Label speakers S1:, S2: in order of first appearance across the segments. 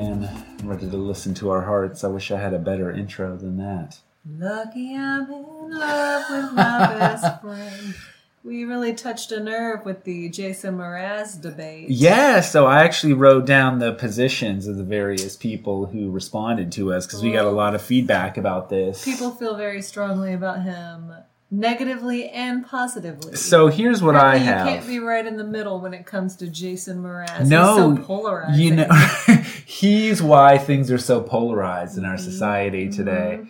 S1: wanted to listen to our hearts. I wish I had a better intro than that.
S2: Lucky I'm in love with my best friend. We really touched a nerve with the Jason Mraz debate.
S1: Yeah, so I actually wrote down the positions of the various people who responded to us because we got a lot of feedback about this.
S2: People feel very strongly about him, negatively and positively.
S1: So here's what I
S2: Apparently
S1: have.
S2: You can't be right in the middle when it comes to Jason Mraz.
S1: No,
S2: He's so polarizing.
S1: you know, he's why things are so polarized in our
S2: Mm-hmm.
S1: society today.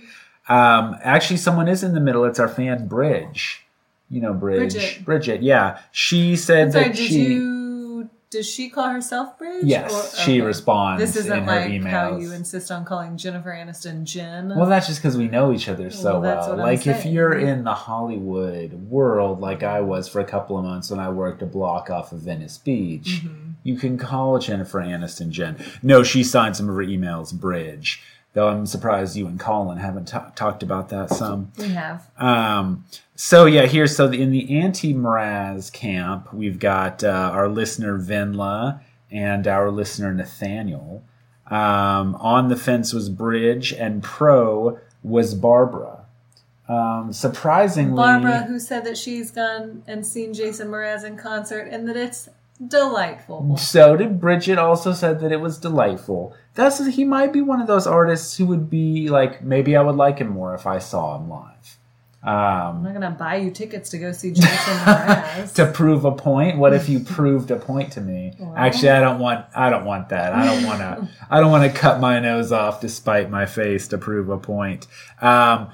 S1: Um, actually, someone is in the middle. It's our fan Bridge. You know, Bridge.
S2: Bridget.
S1: yeah. She said
S2: I'm sorry,
S1: that
S2: did
S1: she.
S2: you? Does she call herself Bridge?
S1: yes, she
S2: okay.
S1: responds
S2: This isn't
S1: in her
S2: like
S1: emails.
S2: how you insist on calling Jennifer Aniston Jen.
S1: Well, that's just because we know each other so
S2: Well, that's
S1: well.
S2: what I'm
S1: Like, if
S2: saying.
S1: you're in the Hollywood world, like I was for a couple of months when I worked a block off of Venice Beach,
S2: Mm-hmm.
S1: you can call Jennifer Aniston Jen. No, she signed some of her emails Bridge. Though I'm surprised you and Colin haven't ta- talked about that some.
S2: we have.
S1: Um, so yeah, here so the, in the anti Mraz camp, we've got uh, our listener Venla and our listener Nathaniel. Um, on the fence was Bridge, and pro was Barbara. Um, surprisingly,
S2: Barbara, who said that she's gone and seen Jason Mraz in concert and that it's delightful.
S1: so did Bridget. Also said that it was delightful. That's he might be one of those artists who would be like maybe I would like him more if I saw him live. Um,
S2: I'm not gonna buy you tickets to go see Jason Mraz.
S1: to prove a point what if you proved a point to me actually i don't want i don't want that i don't want to i don't want to cut my nose off to spite my face to prove a point um,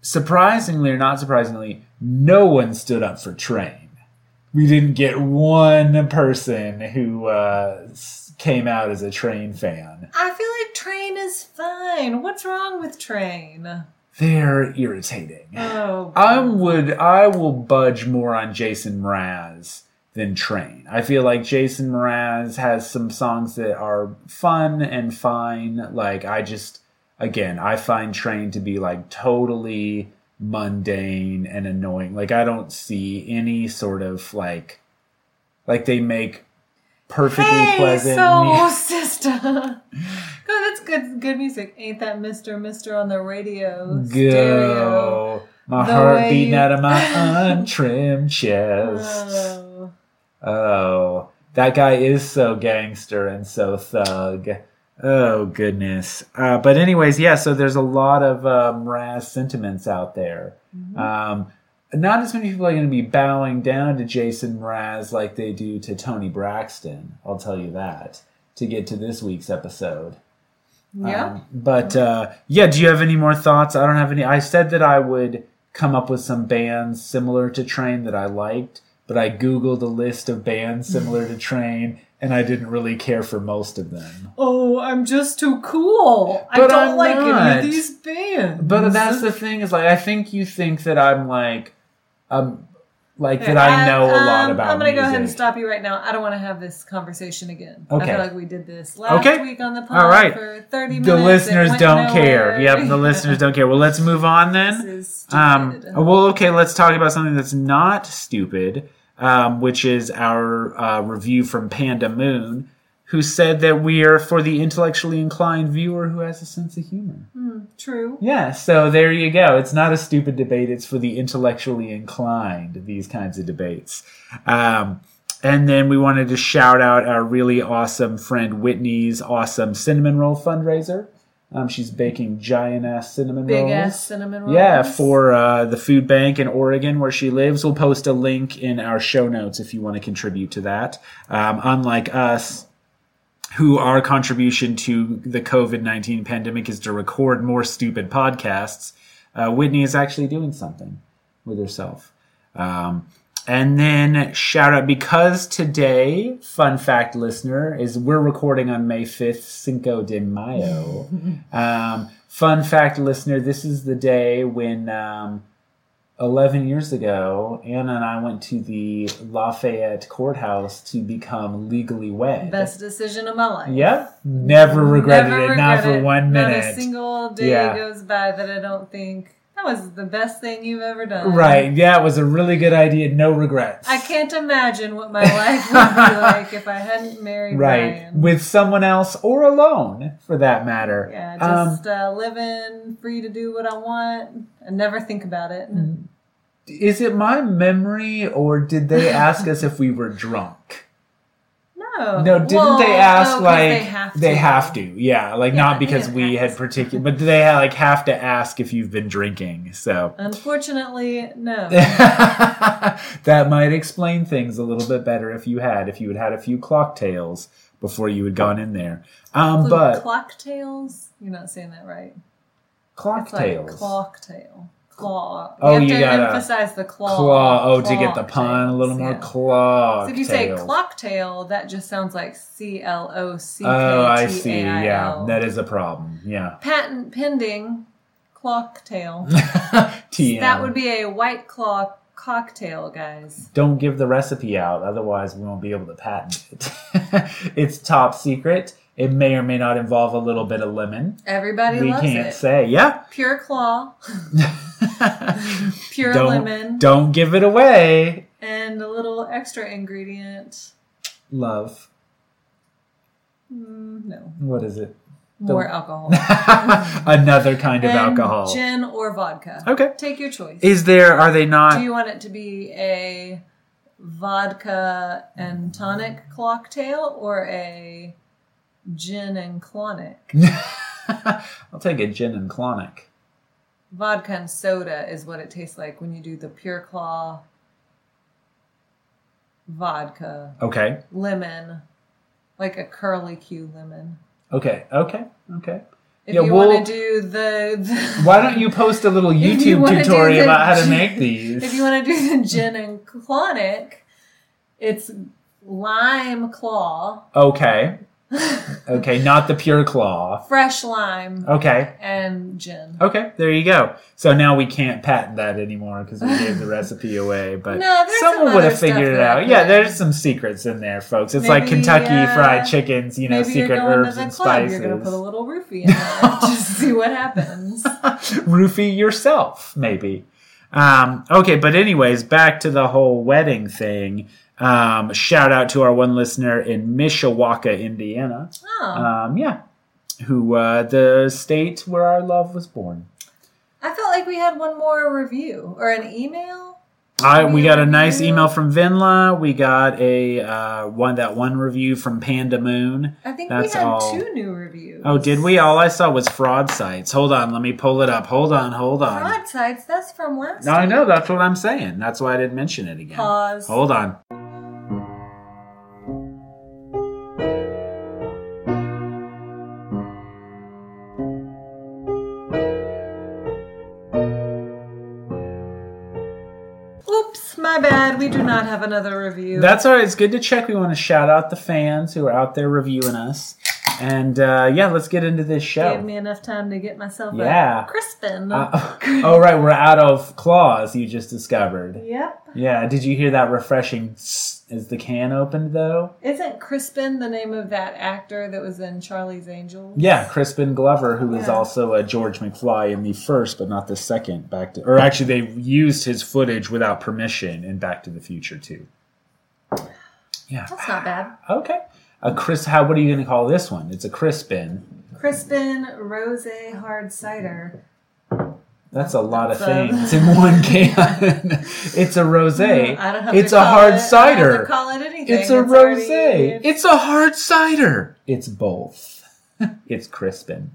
S1: surprisingly or not surprisingly no one stood up for train we didn't get one person who uh, s- came out as a train fan
S2: I feel like Train is fine. What's wrong with Train?
S1: they're irritating
S2: Oh,
S1: I would I will budge more on Jason Mraz than Train. I feel like Jason Mraz has some songs that are fun and fine. Like I just again, I find Train to be like totally mundane and annoying. Like I don't see any sort of like like they make perfectly
S2: hey,
S1: pleasant
S2: soul
S1: mu-
S2: sister. God, that's good. Good music. Ain't that Mister Mister on the radio? Stereo.
S1: Go. My
S2: The
S1: heart
S2: way
S1: beating
S2: you-
S1: out of my untrimmed chest. Um,
S2: Oh.
S1: Oh, that guy is so gangster and so thug. Oh goodness. Uh, but anyways, yeah. So there's a lot of uh, Mraz sentiments out there. Um, not as many people are going to be bowing down to Jason Mraz like they do to Tony Braxton. I'll tell you that. To get to this week's episode.
S2: Yeah.
S1: Um, but uh, yeah, do you have any more thoughts? I don't have any. I said that I would come up with some bands similar to Train that I liked, but I Googled a list of bands similar to Train and I didn't really care for most of them.
S2: oh, I'm just too cool. I
S1: But
S2: don't
S1: I'm
S2: like any
S1: not.
S2: of these bands.
S1: But that's the thing is like, I think you think that I'm like, um, like that
S2: Um,
S1: I know a lot
S2: um,
S1: about
S2: I'm gonna go ahead and
S1: music.
S2: stop you right now. I don't want to have this conversation again. I
S1: Okay.
S2: feel like we did this last
S1: Okay.
S2: week on the pod
S1: All right.
S2: for 30 minutes.
S1: The
S2: It
S1: listeners
S2: went
S1: don't care.
S2: nowhere.
S1: Yep, the listeners don't care. Well, let's move on then.
S2: This is stupid.
S1: Um, well, okay, let's talk about something that's not stupid, um, which is our uh, review from Panda Moon, who said that we are for the intellectually inclined viewer who has a sense of humor.
S2: True.
S1: Yeah, so there you go. It's not a stupid debate, it's for the intellectually inclined, these kinds of debates. Um, and then we wanted to shout out our really awesome friend Whitney's awesome cinnamon roll fundraiser. Um, she's baking giant ass cinnamon
S2: Big
S1: rolls.
S2: ass cinnamon rolls.
S1: Yeah, for uh, the food bank in Oregon where she lives. We'll post a link in our show notes if you want to contribute to that. Um, unlike us, who our contribution to the COVID 19 pandemic is to record more stupid podcasts, uh, Whitney is actually doing something with herself. Um, and then shout out because today, fun fact listener, is we're recording on May 5th, Cinco de Mayo. um, fun fact listener, this is the day when um, 11 years ago, Anna and I went to the Lafayette courthouse to become legally wed.
S2: Best decision of my life.
S1: Yep. Never regretted
S2: Never
S1: it, not
S2: regret
S1: for
S2: it.
S1: one
S2: Not
S1: minute.
S2: a single day
S1: Yeah.
S2: goes by that I don't think. "Ah, That was the best thing you've ever done.
S1: Right. Yeah, it was a really good idea. No regrets.
S2: I can't imagine what my life would be like if I hadn't married
S1: Right.
S2: Ryan.
S1: With someone else or alone, for that matter.
S2: Yeah,
S1: Um,
S2: just uh, living, free to do what I want, and never think about it.
S1: Mm. is it my memory or did they ask us if we were drunk?
S2: No,
S1: No, didn't
S2: Well,
S1: they
S2: no,
S1: ask
S2: 'cause
S1: like
S2: they have to?
S1: Yeah, like
S2: Yeah,
S1: not
S2: they
S1: because
S2: have
S1: we
S2: to
S1: had
S2: ask.
S1: particular, but they like have to ask if you've been drinking. So
S2: Unfortunately, no.
S1: that might explain things a little bit better if you had if you had had a few cocktails before you had gone in there. Um,
S2: Little
S1: but
S2: clocktails. You're not saying that right. It's like
S1: cocktails.
S2: clocktail. Claw.
S1: Oh,
S2: have
S1: you
S2: to
S1: gotta-
S2: emphasize the claw.
S1: Claw. Oh, to get the pun a little
S2: Clocktails,
S1: more
S2: yeah.
S1: claw.
S2: So if you say clocktail, that just sounds like C L O C K T A I L.
S1: Oh, I see. Yeah, that is a problem. Yeah.
S2: patent pending clocktail.
S1: TM.
S2: That would be a white claw cocktail, guys.
S1: Don't give the recipe out, otherwise we won't be able to patent it. it's top secret. It may or may not involve a little bit of lemon.
S2: Everybody
S1: we
S2: loves
S1: can't
S2: it.
S1: say. Yeah.
S2: Pure claw, pure
S1: don't
S2: lemon,
S1: don't give it away.
S2: and a little extra ingredient.
S1: Love.
S2: Mm, no,
S1: What is it?
S2: more alcohol.
S1: Another kind of
S2: And
S1: alcohol.
S2: Gin or vodka.
S1: Okay.
S2: Take your choice.
S1: Is there? Are they not?
S2: Do you want it to be a vodka and tonic cocktail or a gin and clonic?
S1: I'll take a gin and clonic.
S2: Vodka and soda is what it tastes like when you do the pure claw vodka,
S1: Okay.
S2: lemon, like a curly Q lemon.
S1: Okay. Okay. Okay.
S2: If
S1: Yeah,
S2: you
S1: we'll-
S2: want to do the, the-
S1: Why don't you post a little
S2: you
S1: YouTube
S2: wanna do
S1: tutorial
S2: the-
S1: about how to make these?
S2: if you want to do the gin and clonic, it's lime claw,
S1: okay. Okay, not the pure claw.
S2: fresh lime,
S1: Okay.
S2: and gin.
S1: Okay, there you go. So now we can't patent that anymore because we gave the recipe away. But
S2: No, there's
S1: someone
S2: some
S1: would have
S2: other stuff
S1: figured it
S2: that-
S1: out. Yeah, there's some secrets in there, folks. It's like
S2: Maybe,
S1: Kentucky
S2: uh,
S1: Fried Chicken's, you know,
S2: Maybe
S1: secret
S2: you're going
S1: herbs
S2: to the
S1: and
S2: club.
S1: spices.
S2: You're going to put a little roofie in there just to see what happens.
S1: roofie yourself, maybe. Um, okay, but anyways, back to the whole wedding thing. Um, shout out to our one listener in Mishawaka, Indiana.
S2: Oh,
S1: Um, yeah, who uh, the state where our love was born.
S2: I felt like we had one more review or an email.
S1: I, we got a
S2: Review.
S1: nice email from Vinla. We got a uh, one that one review from Panda Moon.
S2: I think
S1: That's
S2: we had
S1: all.
S2: two new reviews.
S1: Oh, did we? All I saw was fraud sites. Hold on, let me pull it up. Hold on, hold on.
S2: Fraud sites. That's from last.
S1: I
S2: week.
S1: know. Oh. That's what I'm saying. That's why I didn't mention it again.
S2: Pause.
S1: Hold on.
S2: Oops, my bad. We do not have another review.
S1: That's all right. It's good to check. We want to shout out the fans who are out there reviewing us. And uh, yeah, let's get into this show.
S2: gave me enough time to get myself.
S1: Yeah.
S2: A Crispin.
S1: Uh, oh, right. We're out of claws, you just discovered.
S2: yep.
S1: Yeah. Did you hear that refreshing? tss As the can opened, though?
S2: Isn't Crispin the name of that actor that was in Charlie's Angels?
S1: Yeah, Crispin Glover, who is
S2: Yeah.
S1: also a George McFly in the first, but not the second, Back to, or actually, they used his footage without permission in Back to the Future, too. Yeah.
S2: That's not bad.
S1: Okay. A Chris, how, what are you going to call this one? It's a Crispin.
S2: Crispin Rosé Hard Cider.
S1: That's a lot of
S2: So-
S1: things in one can. it's a rosé.
S2: I don't have
S1: It's
S2: to
S1: a
S2: call
S1: hard
S2: it- I don't have to
S1: cider.
S2: call it anything.
S1: It's a
S2: already-
S1: rosé. It's a hard cider. It's both. it's Crispin.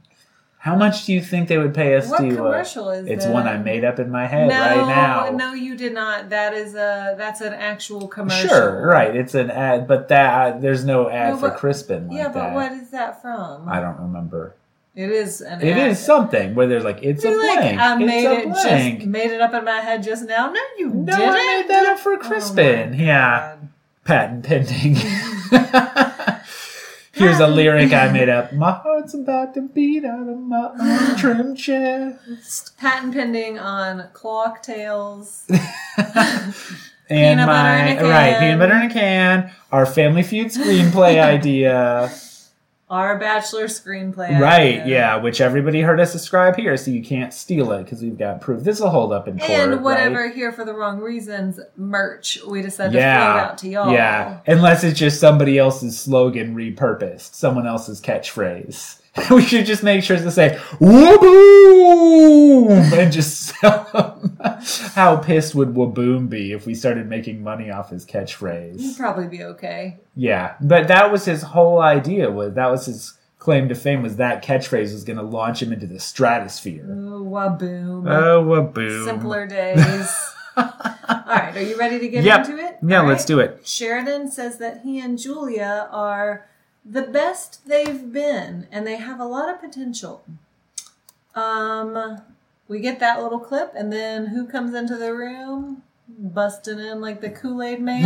S1: How much do you think they would pay us
S2: What
S1: to? uh,
S2: commercial is
S1: it's
S2: that?
S1: one I made up in my head
S2: no,
S1: right now.
S2: no, you did not. That is a that's an actual commercial.
S1: sure, right. It's an ad, but that there's no ad
S2: No,
S1: for
S2: but-
S1: Crispin like
S2: Yeah, but
S1: that.
S2: what is that from?
S1: I don't remember.
S2: It is an.
S1: It
S2: ad.
S1: is something where there's like it's a
S2: You're like,
S1: blank.
S2: I made
S1: it's a
S2: it
S1: blank.
S2: just made it up in my head just now. No, you
S1: no,
S2: didn't.
S1: I made that up
S2: Oh
S1: for Crispin. yeah. patent pending. Here's a lyric I made up. My heart's about to beat out of my own trim chest.
S2: Patent pending on Clocktails.
S1: And
S2: Peanut butter
S1: my
S2: in a can.
S1: right peanut butter in a can. Our Family Feud screenplay idea.
S2: Our bachelor screenplay.
S1: Right,
S2: idea.
S1: yeah, which everybody heard us describe here, so you can't steal it because we've got proof. This will hold up in court.
S2: And whatever
S1: right?
S2: here for the wrong reasons merch we decided to float
S1: Yeah,
S2: out to y'all.
S1: yeah. Unless it's just somebody else's slogan repurposed, someone else's catchphrase. we should just make sure to say "waboom" and just sell 'em. How pissed would waboom be if we started making money off his catchphrase?
S2: You'd probably be okay.
S1: Yeah, but that was his whole idea. Was that was his claim to fame? Was that catchphrase was going to launch him into the stratosphere?
S2: Ooh, waboom.
S1: Oh, waboom!
S2: Mm-hmm. Simpler days. All right, are you ready to get
S1: Yep.
S2: into it?
S1: Yeah,
S2: All
S1: let's
S2: right.
S1: do it.
S2: Sheridan says that he and Julia are the best they've been and they have a lot of potential. Um we get that little clip and then who comes into the room? Busting in like the Kool-Aid man.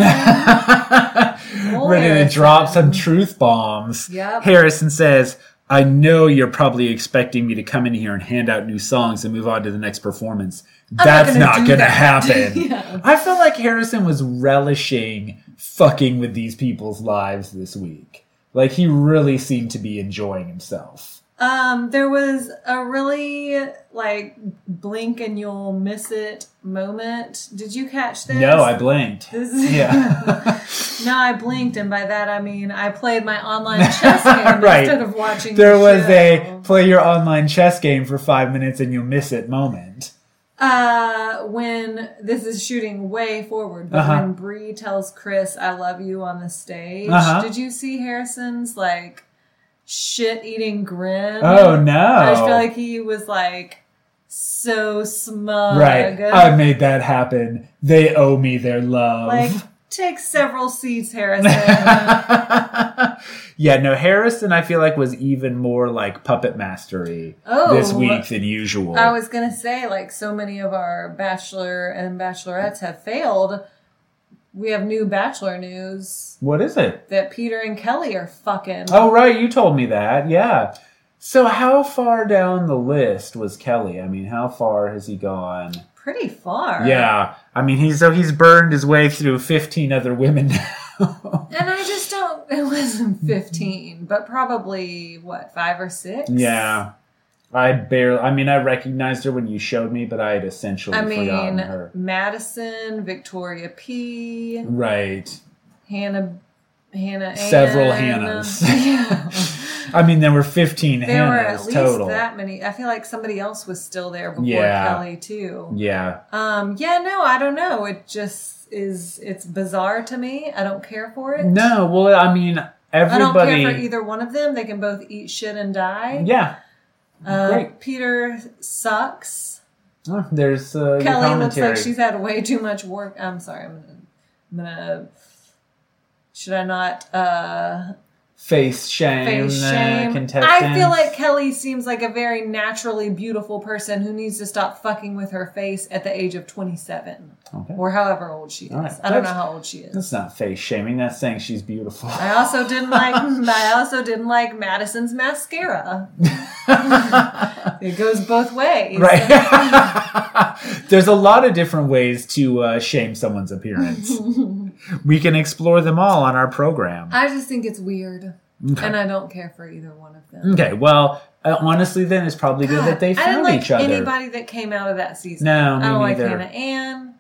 S1: Ready to drop some truth bombs.
S2: Yep.
S1: Harrison says, I know you're probably expecting me to come in here and hand out new songs and move on to the next performance.
S2: not
S1: That's
S2: gonna
S1: not
S2: do
S1: going to
S2: that."
S1: happen.
S2: Yeah.
S1: I feel like Harrison was relishing fucking with these people's lives this week. Like, he really seemed to be enjoying himself.
S2: Um, there was a really like blink and you'll miss it moment. Did you catch this?
S1: No, I blanked.
S2: This is-
S1: Yeah.
S2: no, I blinked, and by that I mean I played my online chess game
S1: Right.
S2: instead of watching.
S1: there
S2: the
S1: was
S2: show.
S1: a play your online chess game for five minutes and you'll miss it moment.
S2: uh when this is shooting way forward, but
S1: Uh-huh.
S2: when Bree tells Chris "I love you" on the stage,
S1: Uh-huh.
S2: did you see Harrison's like shit eating grin?
S1: Oh, no.
S2: I just feel like he was like so smug.
S1: Right. I made that happen. They owe me their love.
S2: like take several seats, Harrison.
S1: yeah, no, Harrison I feel like was even more like puppet mastery
S2: Oh.
S1: this week than usual.
S2: I was gonna say, like so many of our bachelor and bachelorettes have failed. We have new bachelor news
S1: what is it?
S2: that Peter and Kelly are fucking.
S1: Oh right, you told me that. Yeah. So how far down the list was Kelly? I mean, how far has he gone?
S2: pretty far.
S1: Yeah. I mean, he's so he's burned his way through 15 other women now.
S2: And I just don't. It wasn't fifteen, but probably what five or six.
S1: yeah. I barely I mean, I recognized her when you showed me, but I had essentially
S2: I
S1: forgotten
S2: mean,
S1: her.
S2: Madison, Victoria P,
S1: Right.
S2: Hannah, Hannah,
S1: Several
S2: Ann.
S1: Hannahs.
S2: Yeah.
S1: I mean, there were 15
S2: There were at
S1: Hannahs
S2: least
S1: total.
S2: that many. I feel like somebody else was still there before
S1: Yeah.
S2: Kelly too.
S1: Yeah.
S2: Um, yeah, no, I don't know. It just is. It's bizarre to me. I don't care for it.
S1: No, well, I mean,
S2: I don't care
S1: everybody.
S2: for either one of them. They can both eat shit and die.
S1: Yeah.
S2: Uh,
S1: great.
S2: Peter sucks.
S1: Oh, There's uh, your
S2: Kelly looks
S1: commentary.
S2: like she's had way too much work. I'm sorry. I'm gonna. I'm gonna should I not uh,
S1: face shame,
S2: face
S1: uh,
S2: shame?
S1: contestants.
S2: I feel like Kelly seems like a very naturally beautiful person who needs to stop fucking with her face at the age of 27
S1: Okay.
S2: or however old she is.
S1: All right.
S2: I don't know
S1: That's-
S2: how old she is.
S1: That's not face shaming. That's saying she's beautiful.
S2: I also didn't like. I also didn't like Madison's mascara. It goes both ways.
S1: Right. There's a lot of different ways to uh, shame someone's appearance. we can explore them all on our program.
S2: I just think it's weird, and I don't care for either one of them.
S1: Okay, well, uh, honestly, then it's probably good that they
S2: I didn't
S1: found
S2: like
S1: each other.
S2: anybody that came out of that season.
S1: No, me
S2: I don't
S1: neither.
S2: like Hannah Ann.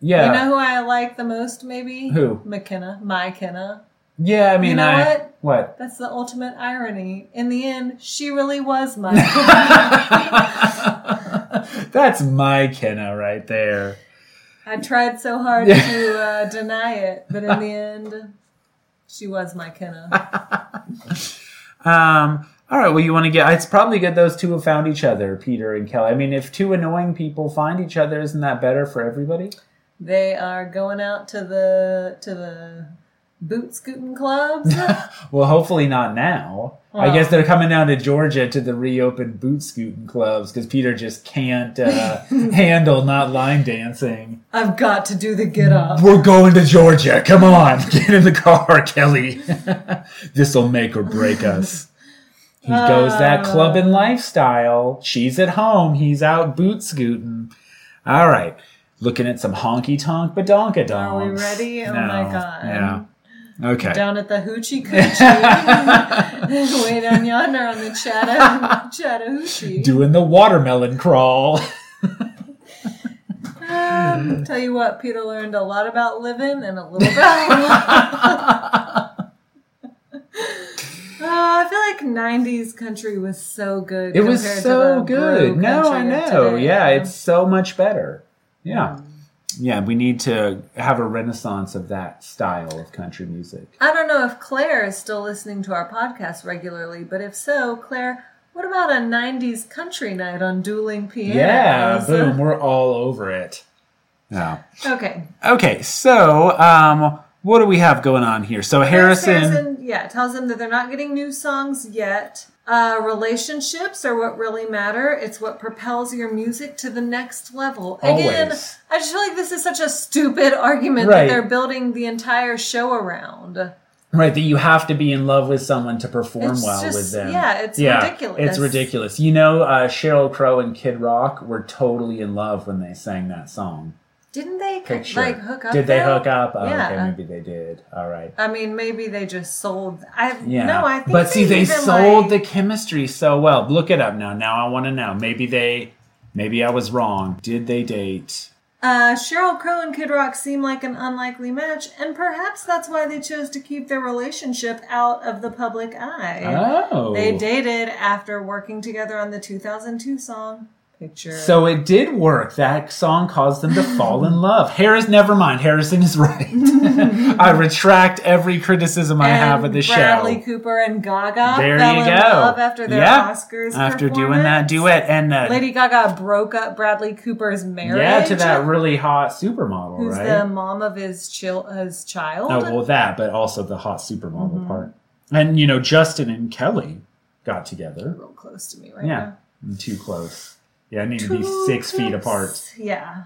S1: yeah.
S2: You know who I like the most, maybe?
S1: Who?
S2: McKenna. My Kenna.
S1: yeah, I mean,
S2: know
S1: I.
S2: what?
S1: What?
S2: That's the ultimate irony. In the end, she really was my Kenna.
S1: That's my Kenna right there.
S2: I tried so hard to uh, deny it, but in the end, she was my Kenna.
S1: Um, all right, well, you want to get. It's probably good those two have found each other, Peter and Kelly. I mean, if two annoying people find each other, isn't that better for everybody?
S2: They are going out to the to the boot scooting clubs.
S1: Well, hopefully not now. I
S2: Well.
S1: guess they're coming down to Georgia to the reopened boot scooting clubs because Peter just can't uh, handle not line dancing.
S2: I've got to do the get up.
S1: We're going to Georgia. Come on, get in the car, Kelly. This'll make or break us. He goes that club
S2: Oh.
S1: and lifestyle. She's at home. He's out boot scooting. All right. Looking at some honky tonk badonkadonks.
S2: Are we ready? Oh my God.
S1: Yeah. Okay.
S2: down at the Hoochie Coochie, way down yonder on the Chatta- Chattahoochee.
S1: Doing the watermelon crawl.
S2: Um, tell you what, Peter learned a lot about living and a little about. Oh, I feel like '90s country was so good.
S1: It was
S2: compared
S1: so
S2: to the brew
S1: good. No,
S2: country
S1: I
S2: of
S1: know.
S2: today. Mm.
S1: Yeah, it's so much better. Yeah. Yeah, we need to have a renaissance of that style of country music.
S2: I don't know if Claire is still listening to our podcast regularly, but if so, Claire, what about a '90s country night on dueling pianos?
S1: Yeah, boom, we're all over it. Yeah.
S2: Okay,
S1: Okay, so um what do we have going on here? So Harrison
S2: yeah, tells them that they're not getting new songs yet. Uh, relationships are what really matter. It's what propels your music to the next level. Again,
S1: Always.
S2: I just feel like this is such a stupid argument
S1: Right.
S2: that they're building the entire show around.
S1: Right, that you have to be in love with someone to perform
S2: It's
S1: well
S2: just-
S1: with them.
S2: yeah, it's ridiculous.
S1: It's ridiculous. You know, uh, Cheryl Crow and Kid Rock were totally in love when they sang that song.
S2: Didn't they
S1: Picture.
S2: like hook up?
S1: did they
S2: though?
S1: hook up? Oh,
S2: Yeah.
S1: Okay, maybe they did. All right.
S2: I mean, maybe they just sold. I
S1: Yeah.
S2: no, I think.
S1: but see, they
S2: even,
S1: sold
S2: like-
S1: the chemistry so well. Look it up now. Now I want to know. Maybe they. Maybe I was wrong. Did they date?
S2: Uh, Cheryl Crow and Kid Rock seem like an unlikely match, and perhaps that's why they chose to keep their relationship out of the public eye.
S1: Oh,
S2: They dated after working together on the 2002 song Picture.
S1: So it did work. That song caused them to fall in love. Harris, never mind. Harrison is right. I retract every criticism I have of the
S2: Bradley
S1: show.
S2: Cooper and Gaga
S1: There
S2: fell
S1: you
S2: in
S1: go.
S2: love after their
S1: Yeah,
S2: Oscars
S1: after doing that
S2: performance.
S1: duet and uh,
S2: Lady Gaga broke up Bradley Cooper's marriage.
S1: yeah, to that really hot supermodel,
S2: who's
S1: right?
S2: the mom of his, chil- his child.
S1: Oh well, that, but also the hot supermodel
S2: Mm-hmm.
S1: part. And you know, Justin and Kelly got together.
S2: Real close to me right
S1: Yeah,
S2: now.
S1: I'm too close. Yeah, I need to
S2: Too
S1: be six feet
S2: close.
S1: apart.
S2: Yeah.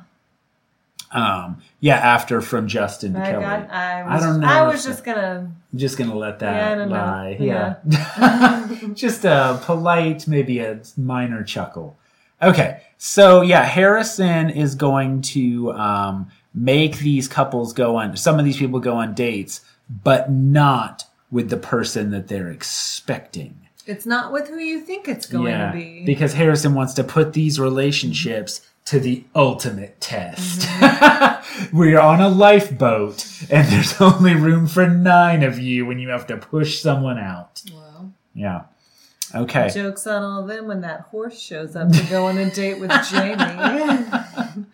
S1: Um, yeah, after from Justin to
S2: I
S1: Kelly.
S2: got. I
S1: I
S2: was,
S1: don't know
S2: I
S1: if
S2: was
S1: the-
S2: just gonna.
S1: I'm just gonna let
S2: Yeah, I
S1: that
S2: don't know.
S1: lie. Yeah, just a polite, maybe a minor chuckle. Okay, so yeah, Harrison is going to um, make these couples go on. Some of these people go on dates, but not with the person that they're expecting.
S2: It's not with who you think it's going to be.
S1: Because Harrison wants to put these relationships to the ultimate test. We're on a lifeboat and there's only room for nine of you when you have to push someone out.
S2: well,
S1: Yeah. Okay.
S2: jokes on all them when that horse shows up to go on a date with Jamie.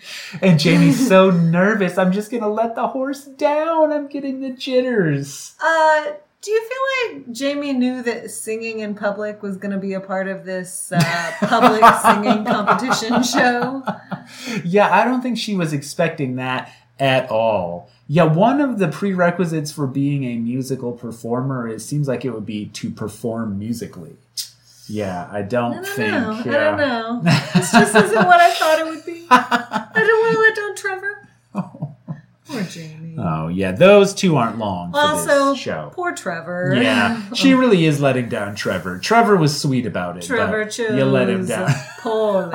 S1: And Jamie's so nervous. I'm just going to let the horse down. I'm getting the jitters.
S2: uh, do you feel like Jamie knew that singing in public was going to be a part of this uh, public singing competition show?
S1: Yeah, I don't think she was expecting that at all. Yeah, one of the prerequisites for being a musical performer, it seems like it would be to perform musically. Yeah, I
S2: I
S1: don't,
S2: don't
S1: think.
S2: know.
S1: Yeah.
S2: I don't know. This just isn't what I thought it would be. I don't want to let down Trevor. Poor Jamie.
S1: Oh yeah, those two aren't long for
S2: also,
S1: this show.
S2: poor Trevor.
S1: Yeah, she really is letting down Trevor. Trevor was sweet about it. but
S2: Trevor chose
S1: You let him down.
S2: poorly.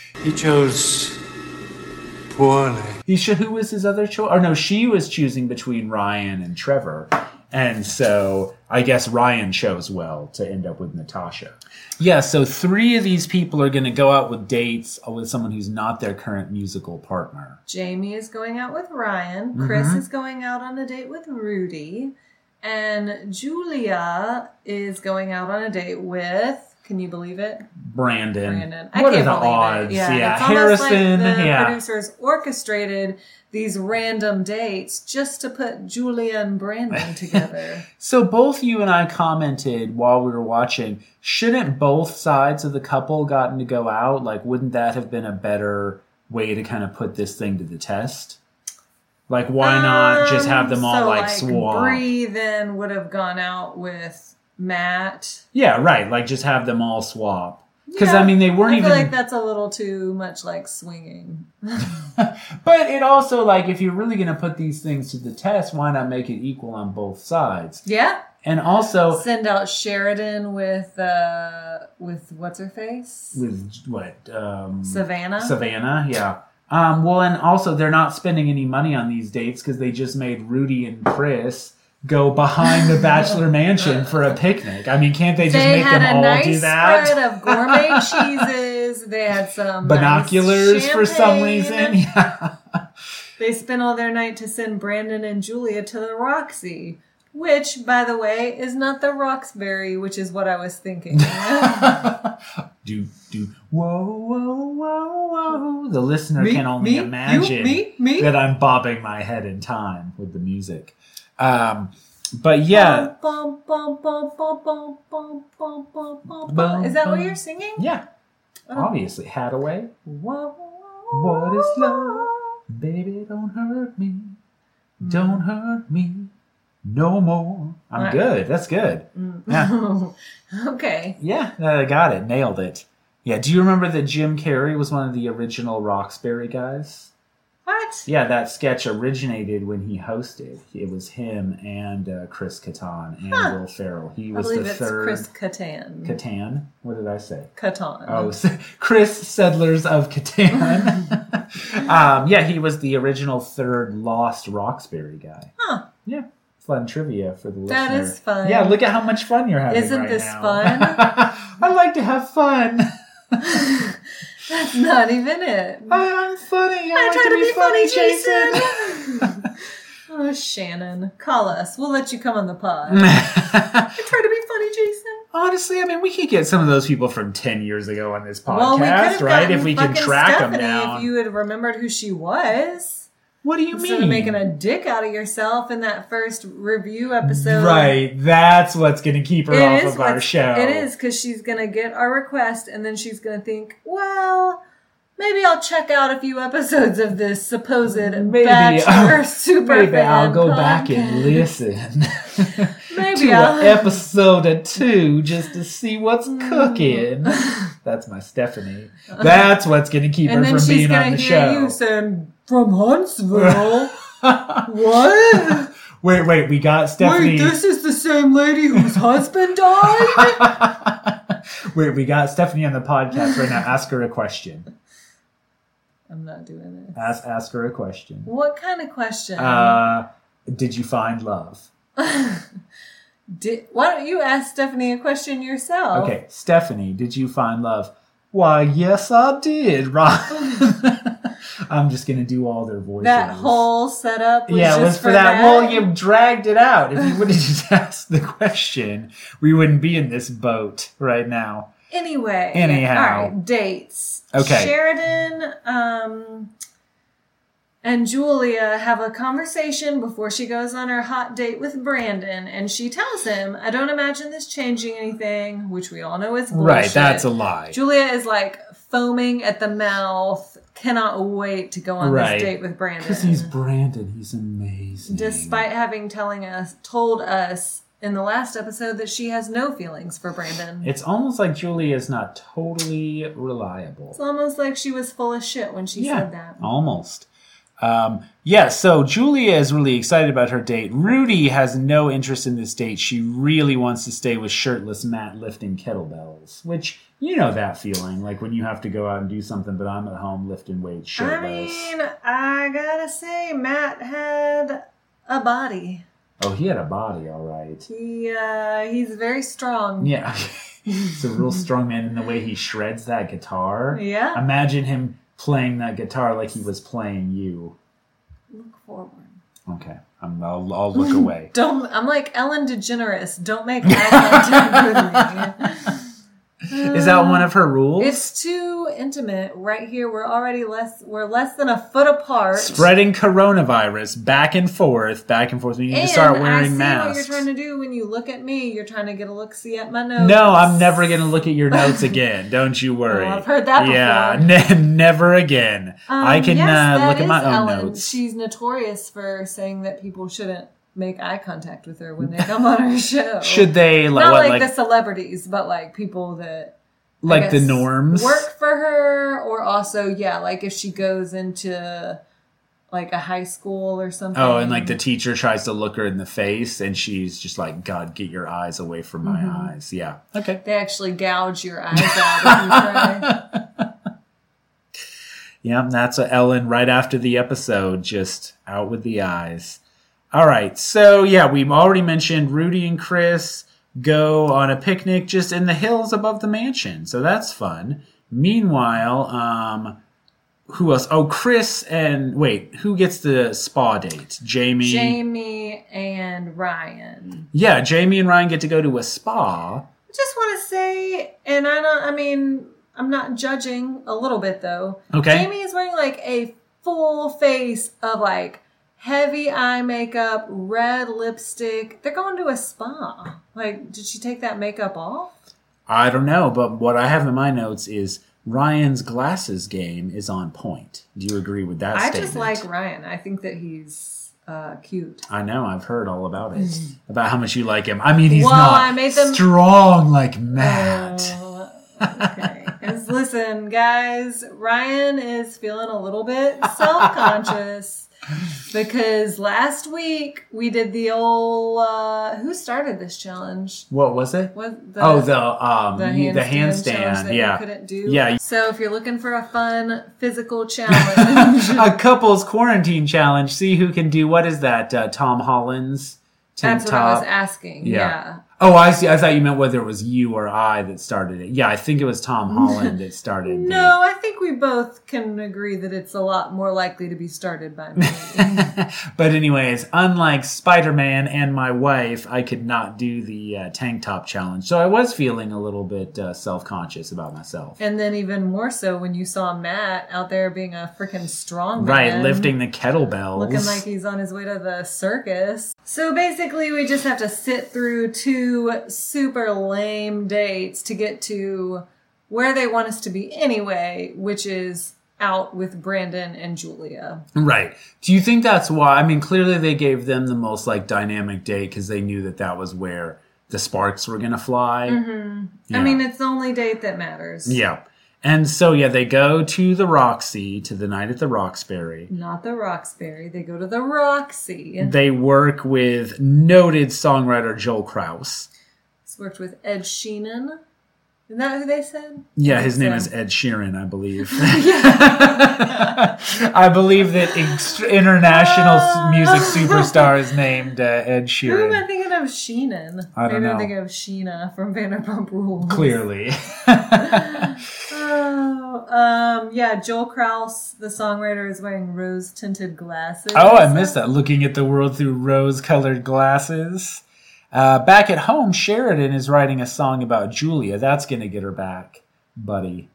S3: He chose poorly.
S1: He sh- who was his other choice? Or no, she was choosing between Ryan and Trevor, and so I guess Ryan chose well to end up with Natasha. Yeah, so three of these people are going to go out with dates uh, with someone who's not their current musical partner.
S2: Jamie is going out with Ryan.
S1: Mm-hmm.
S2: Chris is going out on a date with Rudy. And Julia is going out on a date with, can you believe it?
S1: Brandon.
S2: Brandon. I
S1: What
S2: can't
S1: are the
S2: believe
S1: odds?
S2: It. Yeah, It's almost
S1: Harrison.
S2: Like the
S1: yeah.
S2: producers orchestrated these random dates just to put Julia and Brandon together.
S1: So both you and I commented while we were watching. Shouldn't both sides of the couple gotten to go out? Like, wouldn't that have been a better way to kind of put this thing to the test? Like, why not just have them all
S2: Um, so,
S1: like, swapped?
S2: Bree then would have gone out with Matt.
S1: Yeah, right. Like, just have them all swap. Because
S2: Yeah,
S1: I mean, they weren't
S2: I feel
S1: even.
S2: like that's a little too much like swinging.
S1: but it also like, if you're really going to put these things to the test, why not make it equal on both sides?
S2: Yeah,
S1: And also
S2: send out Sheridan with uh with what's her face
S1: with what um,
S2: Savannah.
S1: Savannah, yeah. Um, well, and also they're not spending any money on these dates because they just made Rudy and Chris go behind the Bachelor Mansion for a picnic. I mean, can't they just
S2: They
S1: make
S2: had
S1: them
S2: a
S1: all do
S2: nice
S1: that?
S2: spread of gourmet cheeses. They had some nice
S1: Binoculars for some
S2: champagne.
S1: reason. Yeah.
S2: They spent all their night to send Brandon and Julia to the Roxy, which, by the way, is not the Roxbury, which is what I was thinking.
S1: do do whoa whoa whoa whoa. The listener
S4: Me,
S1: can only
S4: me, you,
S1: imagine
S4: me, me.
S1: that I'm bobbing my head in time with the music. Um, but
S4: Uh,
S1: yeah,
S2: Bum, bum, bum, bum, bum, bum, bum, bum, bum, bum. Is that what you're singing? Uh,
S1: yeah, obviously Hadaway.
S2: Whoa,
S1: What is love? Baby, don't hurt me.
S2: Mm.
S1: Don't hurt me no more. I'm
S2: Right.
S1: good. That's good. Yeah.
S2: whoa, whoa. Mm. okay.
S1: Yeah, I got it. Nailed it. Yeah, do you remember that Jim Carrey was one of the original Roxbury guys?
S2: What?
S1: Yeah, that sketch originated when he hosted. It was him and uh, Chris Catan and
S2: Huh.
S1: Will Ferrell. He
S2: I
S1: was
S2: believe
S1: the
S2: it's
S1: third
S2: Chris Catan.
S1: Catan. What did I say?
S2: Catan.
S1: Oh, s- Chris Settlers of Catan. um, yeah, he was the original third lost Roxbury guy.
S2: Huh.
S1: Yeah, fun trivia for the listener.
S2: That is fun.
S1: Yeah, look at how much fun you're having.
S2: Isn't
S1: right
S2: this
S1: now.
S2: fun?
S1: I like to have fun.
S2: That's not even it.
S1: I, am funny. I,
S2: I
S1: like
S2: try to be funny,
S1: Jason.
S2: Oh, Shannon, call us. We'll let you come on the pod.
S1: Mm.
S2: I try to be funny, Jason.
S1: Honestly, I mean, we could get some of those people from ten years ago on this
S2: well, we could
S1: podcast,
S2: have
S1: right?
S2: gotten
S1: If we can
S2: fucking
S1: track
S2: Stephanie
S1: them down.
S2: If you had remembered who she was,
S1: what do you
S2: instead
S1: mean?
S2: of making a dick out of yourself in that first review episode,
S1: right, that's what's going to keep her
S2: It
S1: off
S2: is
S1: of our
S2: what's-
S1: show.
S2: It is because she's gonna get our request, and then she's gonna think, well. Maybe I'll check out a few episodes of this supposed
S1: Maybe- uh,
S2: bachelor super
S1: Maybe I'll go back and listen
S2: Maybe
S1: to
S2: I'll Mm.
S1: an episode or two just to see what's cooking. That's my Stephanie. That's what's going to keep
S2: and
S1: her
S2: then
S1: from
S2: she's
S1: being
S2: gonna
S1: on the
S2: hear
S1: show.
S2: you saying from Huntsville. what?
S1: wait, wait, we got Stephanie.
S2: Wait, this is the same lady whose husband died?
S1: Wait, we got Stephanie on the podcast right now. Ask her a question.
S2: I'm not doing this.
S1: Ask ask her a question.
S2: What kind of question?
S1: Uh, did you find love?
S2: Did, why don't you ask Stephanie a question yourself?
S1: Okay, Stephanie, did you find love? Why, yes, I did, Ron. I'm just gonna do all their voices.
S2: That whole setup was
S1: yeah,
S2: just
S1: it was for, that. Well, you dragged it out. If you would have just asked the question, we wouldn't be in this boat right now.
S2: Anyway.
S1: Anyhow.
S2: All right, dates.
S1: Okay.
S2: Sheridan um, and Julia have a conversation before she goes on her hot date with Brandon, and she tells him, I don't imagine this changing anything, which we all know is bullshit.
S1: lie.
S2: Julia is like foaming at the mouth, cannot wait to go on
S1: Right.
S2: this date with Brandon.
S1: Because he's Brandon. He's amazing.
S2: Despite having telling us, told us in the last episode that she has no feelings for Brandon.
S1: It's almost like Julie is not totally reliable.
S2: It's almost like she was full of shit when she said that.
S1: Almost. Um, yeah, so Julia is really excited about her date. Rudy has no interest in this date. She really wants to stay with shirtless Matt lifting kettlebells, which you know that feeling, like when you have to go out and do something, but I'm at home lifting weights
S2: I
S1: shirtless.
S2: mean, I gotta say, Matt had a body.
S1: oh, he had a body, all right.
S2: He uh, he's very strong.
S1: Yeah. He's a real strong man in the way he shreds that guitar.
S2: Yeah.
S1: Imagine him playing that guitar like he was playing you.
S2: Look forward.
S1: Okay. I'm, I'll, I'll look
S2: Oh
S1: away.
S2: Don't. I'm like Ellen DeGeneres. Don't make eye contact with me.
S1: Is that one of her rules?
S2: It's too intimate right here. We're already less we're less than a foot apart.
S1: spreading coronavirus back and forth, back and forth. We need
S2: and
S1: to start
S2: I see
S1: wearing
S2: what you're
S1: masks.
S2: trying to do when you look at me. You're trying to get a look see at my nose.
S1: No, I'm never going to look at your notes again. Don't you worry.
S2: Oh, I've heard that
S1: yeah,
S2: before.
S1: ne- never again.
S2: Um,
S1: I can
S2: yes,
S1: uh,
S2: that
S1: look at my
S2: is
S1: own
S2: Ellen.
S1: notes.
S2: She's notorious for saying that people shouldn't make eye contact with her when they come on her show.
S1: Should they like
S2: not
S1: what,
S2: like,
S1: like
S2: the celebrities, but like people that I
S1: like the
S2: guess,
S1: norms?
S2: work for her, or also yeah, like if she goes into like a high school or something.
S1: Oh, and like the teacher tries to look her in the face, and she's just like, "God, get your eyes away from my
S2: Mm-hmm.
S1: eyes." Yeah. Okay.
S2: They actually gouge your eyes out if you try.
S1: Yeah, that's what Ellen right after the episode, just out with the eyes. All right. So, yeah, we've already mentioned Rudy and Chris go on a picnic just in the hills above the mansion. So that's fun. Meanwhile, um, who else? Oh, Chris and wait, who gets the spa date? Jamie.
S2: Jamie and Ryan.
S1: Yeah, Jamie and Ryan get to go to a spa.
S2: I just want to say, and I don't, I mean, I'm not judging a little bit though.
S1: Okay.
S2: Jamie is wearing like a full face of like heavy eye makeup, red lipstick. They're going to a spa. Like, did she take that makeup off?
S1: I don't know, but what I have in my notes is Ryan's glasses game is on point. Do you agree with that?
S2: I
S1: statement?
S2: just like Ryan. I think that he's uh, cute.
S1: I know. I've heard all about it. about how much you like him. I mean, he's
S2: Mm. Well,
S1: not
S2: I made them-
S1: strong like Matt.
S2: Uh, okay. 'Cause Listen, guys, Ryan is feeling a little bit self conscious because last week we did the old uh, who started this challenge?
S1: what was it?
S2: What the,
S1: oh, the um, the handstand.
S2: challenge that
S1: yeah.
S2: we couldn't do.
S1: Yeah.
S2: So if you're looking for a fun physical challenge,
S1: a couple's quarantine challenge. See who can do what is that? Uh, Tom Holland's tank
S2: that's what I was
S1: top.
S2: asking.
S1: Yeah.
S2: yeah.
S1: oh, I see. I thought you meant whether it was you or I that started it. Yeah, I think it was Tom Holland that started.
S2: No, I think we both can agree that it's a lot more likely to be started by me.
S1: The... but anyways, unlike Spider Man and my wife, I could not do the uh, tank top challenge, so I was feeling a little bit uh, self conscious about myself.
S2: and then even more so when you saw Matt out there being a freaking strong
S1: Right,
S2: man,
S1: lifting the kettlebells.
S2: looking like he's on his way to the circus. So basically, we just have to sit through two super lame dates to get to where they want us to be anyway, which is out with Brandon and Julia.
S1: Right. Do you think that's why? I mean, clearly they gave them the most like dynamic date because they knew that that was where the sparks were going to fly.
S2: Mm-hmm.
S1: Yeah.
S2: I mean, it's the only date that matters.
S1: yeah. And so, yeah, they go to the Roxy to the night at the Roxbury.
S2: Not the Roxbury. They go to the Roxy.
S1: They work with noted songwriter Joel Kraus.
S2: He's worked with Ed Sheenan. Isn't that who they said?
S1: Yeah, his name
S2: So-
S1: is Ed Sheeran, I believe. I believe that ex- international s- music superstar is named uh, Ed
S2: Who am I
S1: Sheeran.
S2: thinking of? Sheenan.
S1: I don't
S2: Maybe
S1: know.
S2: I'm thinking of Sheena from Vanderpump Rules.
S1: Clearly.
S2: Oh, um, yeah. Joel Kraus, the songwriter, is wearing rose-tinted glasses.
S1: Oh, I missed that. Looking at the world through rose colored glasses. Uh, back at home, Sheridan is writing a song about Julia. That's going to get her back, buddy.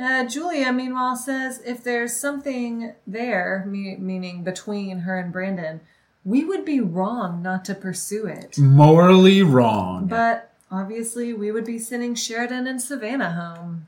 S2: Uh, Julia, meanwhile, says if there's something there, me- meaning between her and Brandon, we would be wrong not to pursue it.
S1: Morally wrong.
S2: But obviously, we would be sending Sheridan and Savannah home.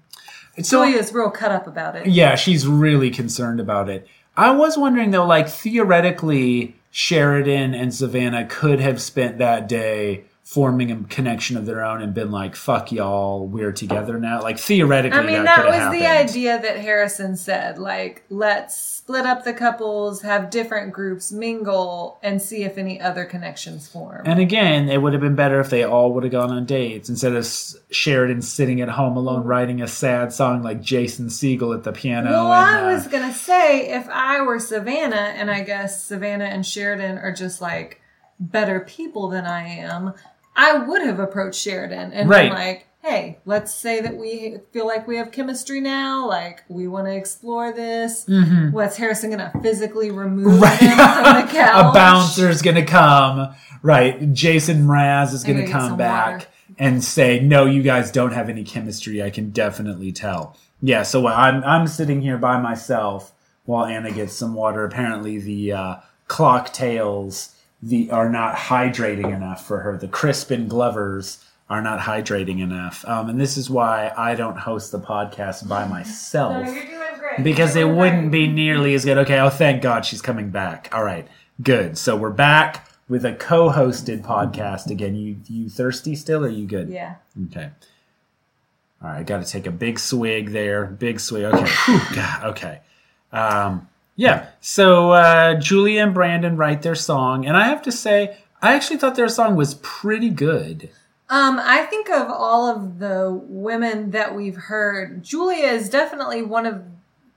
S1: so,
S2: Julia's real cut up about it.
S1: yeah, she's really concerned about it. I was wondering, though, like, theoretically, Sheridan and Savannah could have spent that day forming a connection of their own and been like, fuck y'all, we're together now. Like, theoretically,
S2: I mean,
S1: that,
S2: that
S1: could
S2: was
S1: have
S2: the
S1: happened.
S2: idea that Harrison said. Like, let's split up the couples, have different groups mingle, and see if any other connections form.
S1: And uh, again, it would have been better if they all would have gone on dates instead of S- Sheridan sitting at home alone writing a sad song like Jason Siegel at the piano.
S2: well,
S1: and,
S2: I
S1: uh,
S2: was gonna say if I were Savannah, and I guess Savannah and Sheridan are just like better people than I am, I would have approached Sheridan and
S1: Right.
S2: been like, "Hey, let's say that we feel like we have chemistry now. Like, we want to explore this. What's Harrison gonna physically remove him from the couch?
S1: Mm-hmm. a bouncer's gonna come. Right, Jason Mraz is
S2: I'm
S1: gonna
S2: gonna get
S1: come
S2: some
S1: back
S2: water.
S1: and say, "No, you guys don't have any chemistry. I can definitely tell." Yeah, so I'm I'm sitting here by myself while Anna gets some water. Apparently, the uh, clock tails the are not hydrating enough for her. The Crispin Glovers are not hydrating enough, um, and this is why I don't host the podcast by myself
S2: No, you're doing great.
S1: because it
S2: You're doing
S1: wouldn't be
S2: great.
S1: nearly as good. Okay, oh thank God she's coming back. All right, good. So we're back with a co-hosted podcast again. You you thirsty still? Or are you good?
S2: Yeah.
S1: Okay. All right, got to take a big swig there. Big swig. Okay. Whew, God, okay. Um, yeah. So uh, Julia and Brandon write their song, and I have to say, I actually thought their song was pretty good.
S2: Um, I think of all of the women that we've heard, Julia is definitely one of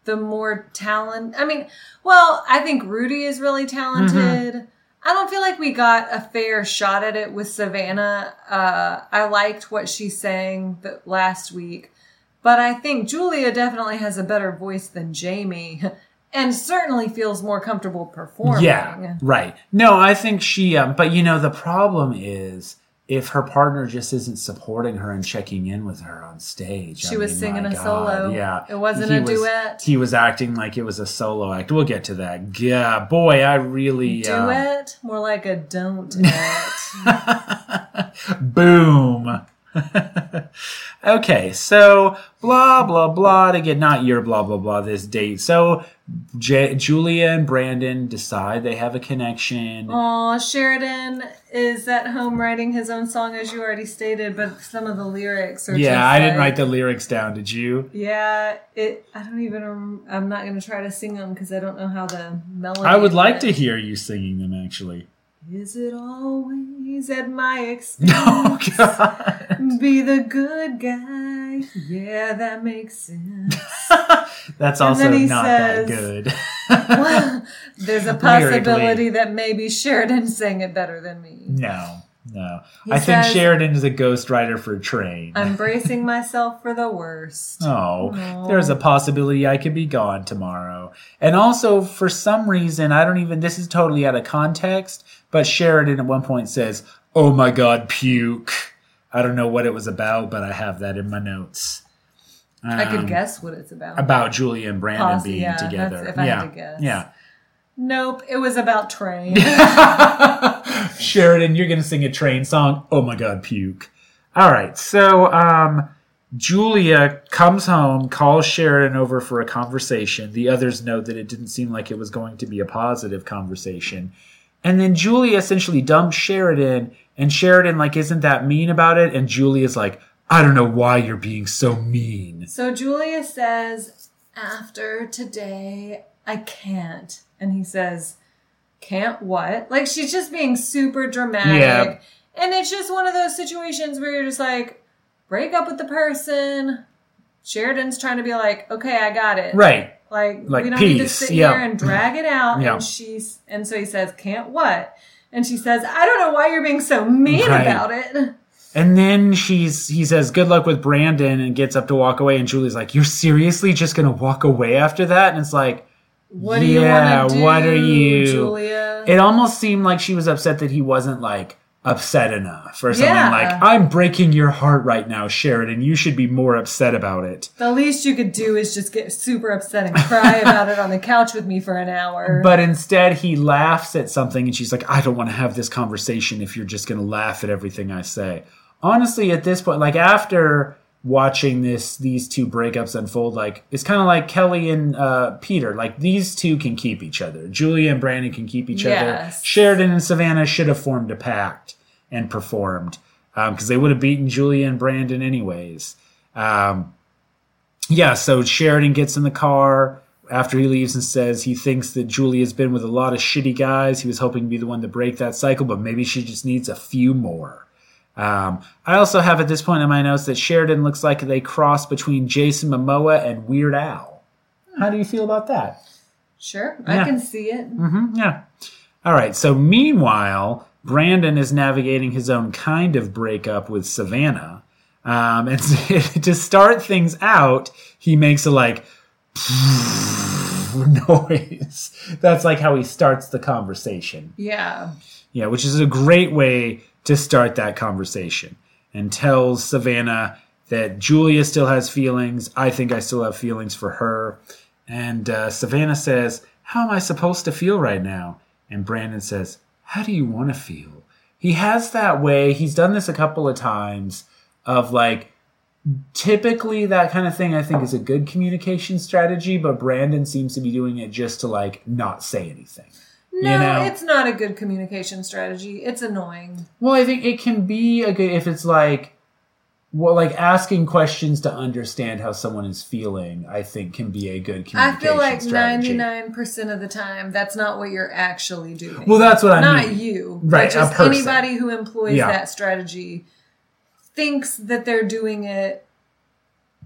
S1: Mm-hmm.
S2: the more talent. I mean, well, I think Rudy is really talented. I don't feel like we got a fair shot at it with Savannah. Uh, I liked what she sang the, last week, but I think Julia definitely has a better voice than Jamie, and certainly feels more comfortable performing.
S1: Yeah, right. No, I think she. Um, but you know, the problem is if her partner just isn't supporting her and checking in with her on stage.
S2: She was singing
S1: my
S2: a solo.
S1: Yeah,
S2: It wasn't a
S1: was-
S2: duet.
S1: He was acting like it was a solo act. We'll get to that. Yeah, boy, I really
S2: Do
S1: uh,
S2: it more like a don't it.
S1: Boom. okay, so blah blah blah to get not your blah blah blah this date. So J- Julia and Brandon decide they have a
S2: Oh,
S1: connection.
S2: Aw, Sheridan is at home writing his own song, as you already stated, but some of the lyrics are. just
S1: yeah, I didn't
S2: like-
S1: write the lyrics down. Did you?
S2: Yeah, it. I don't even. rem- I'm not gonna try to sing them because I don't know how the melody.
S1: I would like
S2: went.
S1: to hear you singing them actually.
S2: Is it always at my expense?
S1: Oh god.
S2: Be the good guy. Yeah, that makes sense.
S1: That's
S2: And
S1: also
S2: then he
S1: not
S2: says-
S1: that good.
S2: There's a
S1: Lyrically.
S2: possibility that maybe Sheridan sang it better than me.
S1: no, no.
S2: He
S1: I think
S2: says-
S1: Sheridan is a ghostwriter for Train.
S2: I'm bracing myself for the worst.
S1: Oh,
S2: Aw.
S1: there's a possibility I could be gone tomorrow. And also, for some reason, I don't even, this is totally out of context, but Sheridan at one point says, Oh my god, puke. I don't know what it was about, but I have that in my notes.
S2: I could
S1: Um,
S2: guess what it's about.
S1: About Julie and Brandon
S2: Poss-
S1: being
S2: yeah, that's-
S1: together.
S2: if I
S1: yeah.
S2: had to guess.
S1: Yeah.
S2: nope, it was about train.
S1: Sheridan, you're going to sing a train song. Oh my God, puke. All right. So, um, Julia comes home, calls Sheridan over for a conversation. The others know that it didn't seem like it was going to be a positive conversation. And then Julia essentially dumps Sheridan, and Sheridan, like, isn't that mean about it? And Julia's like, I don't know why you're being so mean.
S2: so Julia says, After today, I can't. And he says, Can't what? Like she's just being super dramatic.
S1: Yeah.
S2: And it's just one of those situations where you're just like, break up with the person. Sheridan's trying to be like, okay, I got it.
S1: Right.
S2: Like,
S1: Like,
S2: we don't need to
S1: peace,
S2: sit
S1: yeah.
S2: here and drag it out.
S1: Yeah.
S2: And she's and so he says, Can't what? And she says, I don't know why you're being so mean
S1: Right.
S2: about it.
S1: And then she's he says, Good luck with Brandon and gets up to walk away and Julie's like, You're seriously just gonna walk away after that? And it's like
S2: What do you
S1: Yeah,
S2: want to do?
S1: what are you-
S2: Julia?
S1: it almost seemed like she was upset that he wasn't like upset enough or something
S2: Yeah.
S1: like, I'm breaking your heart right now, Sheridan. You should be more upset about it.
S2: the least you could do is just get super upset and cry about it on the couch with me for an hour.
S1: But instead he laughs at something and she's like, I don't want to have this conversation if you're just gonna laugh at everything I say. Honestly, at this point, like after watching this these two breakups unfold like it's kind of like kelly and uh, peter like these two can keep each other julia and brandon can keep each
S2: Yes.
S1: other sheridan and savannah should have formed a pact and performed because they would have beaten julia and brandon anyways um, yeah so sheridan gets in the car after he leaves and says he thinks that julia's been with a lot of shitty guys he was hoping to be the one to break that cycle but maybe she just needs a few more um, I also have at this point in my notes that Sheridan looks like they cross between Jason Momoa and Weird Al. How do you feel about that?
S2: sure, I
S1: Yeah.
S2: can see it.
S1: hmm yeah. All right. So meanwhile, Brandon is navigating his own kind of breakup with Savannah. Um, and to start things out, he makes a like noise. That's like how he starts the conversation.
S2: Yeah.
S1: Yeah, which is a great way to start that conversation and tells Savannah that Julia still has feelings. I think I still have feelings for her. And uh, Savannah says, How am I supposed to feel right now? And Brandon says, How do you want to feel? He has that way. He's done this a couple of times of like, typically that kind of thing I think is a good communication strategy, but Brandon seems to be doing it just to like not say anything.
S2: No,
S1: know.
S2: it's not a good communication strategy. It's annoying.
S1: Well, I think it can be a good if it's like, well, like asking questions to understand how someone is feeling. I think can be a good communication
S2: I feel like
S1: strategy.
S2: ninety nine percent of the time, that's not what you're actually doing.
S1: Well, that's what I
S2: not
S1: mean.
S2: you,
S1: Right,
S2: But
S1: a
S2: just
S1: person.
S2: anybody who employs
S1: Yeah.
S2: that strategy thinks that they're doing it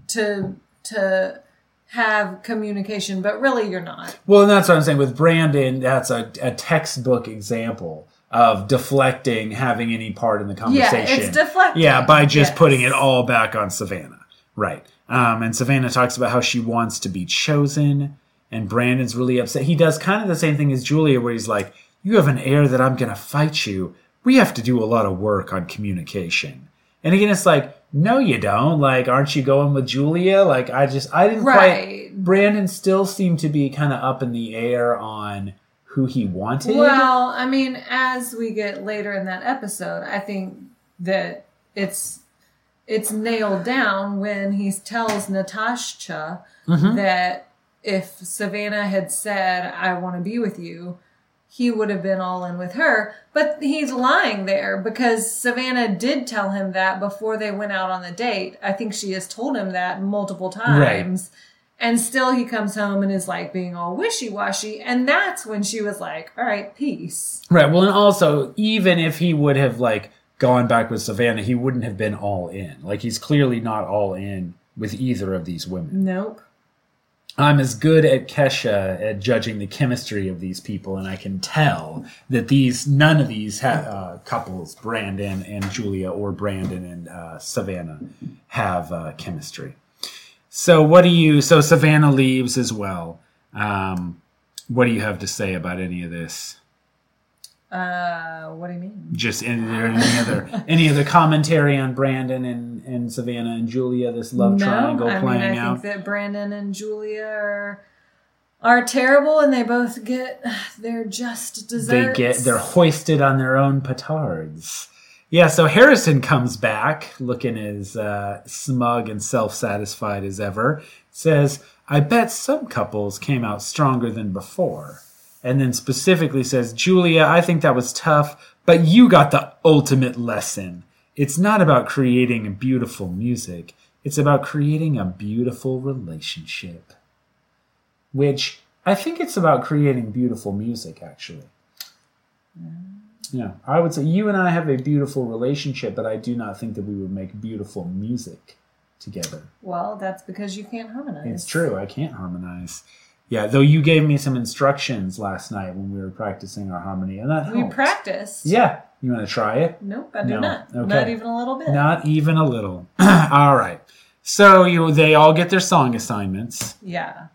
S2: to to have communication, but really you're not.
S1: Well, and that's what I'm saying with Brandon. That's a, a textbook example of deflecting having any part in the conversation.
S2: it's deflecting.
S1: Yeah, by just
S2: Yes.
S1: putting it all back on Savannah. Right. Um, and Savannah talks about how she wants to be chosen, and Brandon's really upset. He does kind of the same thing as Julia, where he's like, You have an air that I'm going to fight you. We have to do a lot of work on communication. And again, it's like, No, you don't. Like, aren't you going with Julia? Like, I just, I didn't
S2: Right.
S1: quite. Brandon still seemed to be kind of up in the air on who he wanted.
S2: Well, I mean, as we get later in that episode, I think that it's it's nailed down when he tells Natasha
S1: Mm-hmm.
S2: that if Savannah had said, "I want to be with you," he would have been all in with her. But he's lying there because Savannah did tell him that before they went out on the date. I think she has told him that multiple times. And still he comes home and is like being all wishy washy. And that's when she was like, all right, peace.
S1: Right. Well, and also, even if he would have like gone back with Savannah, he wouldn't have been all in. Like he's clearly not all in with either of these women.
S2: Nope.
S1: I'm as good at Kesha at judging the chemistry of these people, and I can tell that these none of these ha- uh, couples, Brandon and Julia, or Brandon and uh, Savannah, have uh, chemistry. So, what do you? So Savannah leaves as well. Um, what do you have to say about any of this?
S2: Uh, what do you mean?
S1: just any, there any other any other commentary on Brandon and, and Savannah and Julia this love triangle
S2: I mean,
S1: playing
S2: I
S1: out.
S2: think that Brandon and Julia are are terrible, and they both get their just
S1: they
S2: desserts.
S1: get they're hoisted on their own petards. Yeah, so Harrison comes back looking as uh, smug and self satisfied as ever. Says, "I bet some couples came out stronger than before." And then specifically says, "Julia, I think that was tough, but you got the ultimate lesson. It's not about creating beautiful music; it's about creating a beautiful relationship." Which I think it's about creating beautiful music, actually. Yeah, I would say you and I have a beautiful relationship, but I do not think that we would make beautiful music together.
S2: well. That's because you can't harmonize.
S1: It's true, I can't harmonize. Yeah, though you gave me some instructions last night when we were practicing our harmony, and that
S2: We
S1: helped.
S2: practiced.
S1: Yeah, you want to try it?
S2: Nope, I do
S1: No.
S2: not.
S1: Okay.
S2: Not even a little bit.
S1: Not even a little. all right. So you, they all get their song assignments.
S2: Yeah.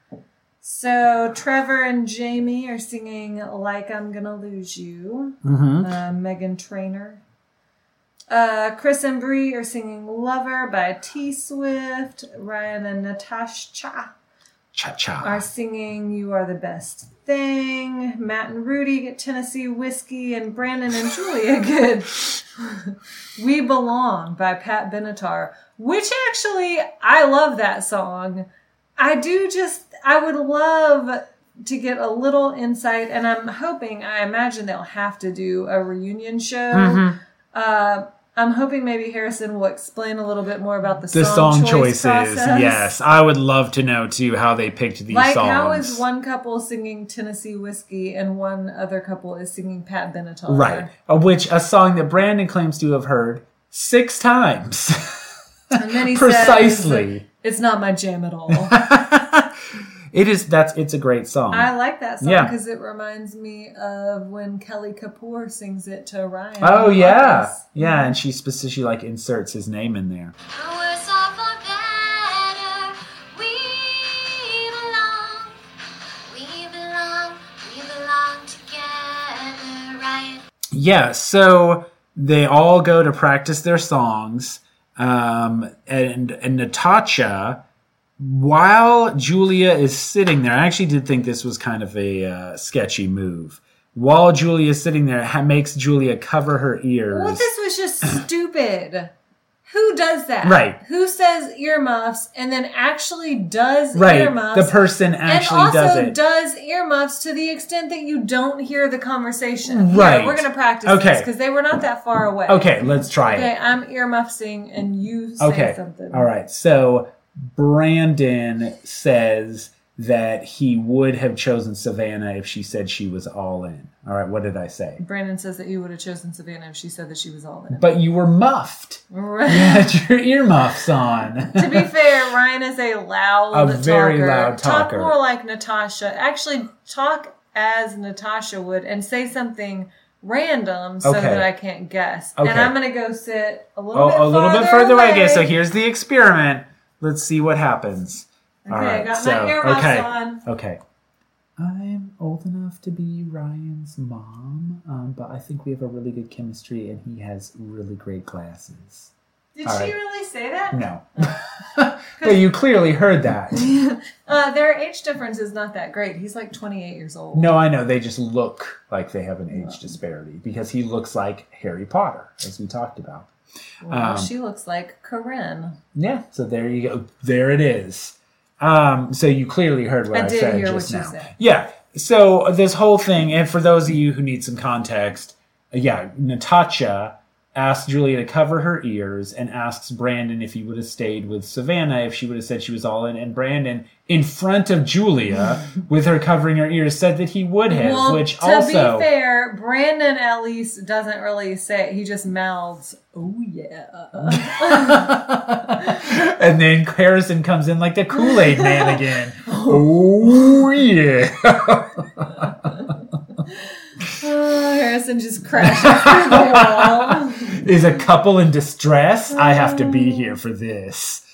S2: So Trevor and Jamie are singing "Like I'm Gonna Lose You."
S1: hmm
S2: uh, Megan Trainer. Uh, Chris and Bree are singing "Lover" by T Swift. Ryan and Natasha
S1: Cha cha.
S2: are singing "You Are the Best Thing." Matt and Rudy get Tennessee Whiskey, and Brandon and Julia get "We Belong" by Pat Benatar. Which actually, I love that song. I do just, I would love to get a little insight, and I'm hoping, I imagine they'll have to do a reunion show.
S1: Mm-hmm.
S2: Uh, I'm hoping maybe Harrison will explain a little bit more about the,
S1: the
S2: song,
S1: song,
S2: choice
S1: choices.
S2: process.
S1: Yes, I would love to know too how they picked these
S2: Like,
S1: songs.
S2: how is one couple singing Tennessee Whiskey and one other couple is singing Pat Benatar?
S1: right? Of which a song that Brandon claims to have heard six times.
S2: And then he
S1: Precisely.
S2: says, it's not my jam at all.
S1: it is. That's. It's a great song.
S2: I like that song
S1: Yeah.
S2: because it reminds me of when Kelly Kapoor sings it to Ryan.
S1: oh yeah,
S2: Marcus.
S1: yeah. And she specifically like inserts his name in there.
S4: The worse off or better, we belong. We belong, we belong together, right?
S1: Yeah. So they all go to practice their songs. Um, and and Natasha while Julia is sitting there, I actually did think this was kind of a uh, sketchy move. While Julia is sitting there, ha- makes Julia cover her ears.
S2: Well, this was just stupid. Who does that?
S1: Right.
S2: Who says earmuffs and then actually does
S1: right,
S2: earmuffs?
S1: the person actually
S2: and also
S1: does it.
S2: earmuffs to the extent that you don't hear the conversation. Here,
S1: Right.
S2: we're going to practice
S1: Okay.
S2: because they were not that far away.
S1: okay, let's try
S2: Okay,
S1: it.
S2: I'm earmuffsing and you say
S1: Okay,
S2: something.
S1: all right. So Brandon says that he would have chosen Savannah if she said she was all in. All right, what did I say?
S2: Brandon says that you would have chosen Savannah if she said that she was all in.
S1: But you were muffed. You
S2: Right.
S1: had your earmuffs on.
S2: to be fair, Ryan is a loud,
S1: A very
S2: talker.
S1: loud talker.
S2: Talk more like Natasha. Actually, talk as Natasha would, and say something random so
S1: Okay.
S2: that I can't guess.
S1: Okay.
S2: And I'm going to go sit a little
S1: Oh,
S2: bit
S1: a little bit further away.
S2: away.
S1: Okay, so here's the experiment. Let's see what happens.
S2: Okay,
S1: All right,
S2: I got
S1: so,
S2: my earmuffs
S1: okay.
S2: on.
S1: Okay. I'm old enough to be Ryan's mom, um, but I think we have a really good chemistry and he has really great glasses.
S2: Did
S1: All
S2: she
S1: right.
S2: really say that?
S1: No. but you clearly heard that.
S2: Uh, their age difference is not that great. He's like 28 years old.
S1: No, I know. They just look like they have an age disparity because he looks like Harry Potter, as we talked about.
S2: Well,
S1: Um,
S2: she looks like Corinne.
S1: Yeah, so there you go. There it is. Um, so you clearly heard what I,
S2: I did
S1: said
S2: hear
S1: just
S2: what you
S1: now.
S2: said.
S1: Yeah. So this whole thing, and for those of you who need some context, uh, yeah, Natasha asks Julia to cover her ears and asks Brandon if he would have stayed with Savannah if she would have said she was all in, and Brandon, in front of Julia, with her covering her ears, said that he would have,
S2: Well,
S1: which
S2: to
S1: also
S2: be fair, Brandon at least doesn't really say it. He just mouths, "Oh yeah."
S1: and then Harrison comes in like the Kool Aid man again. oh, yeah.
S2: Oh, Harrison just crashes through the wall.
S1: Is a couple in distress? I have to be here for this.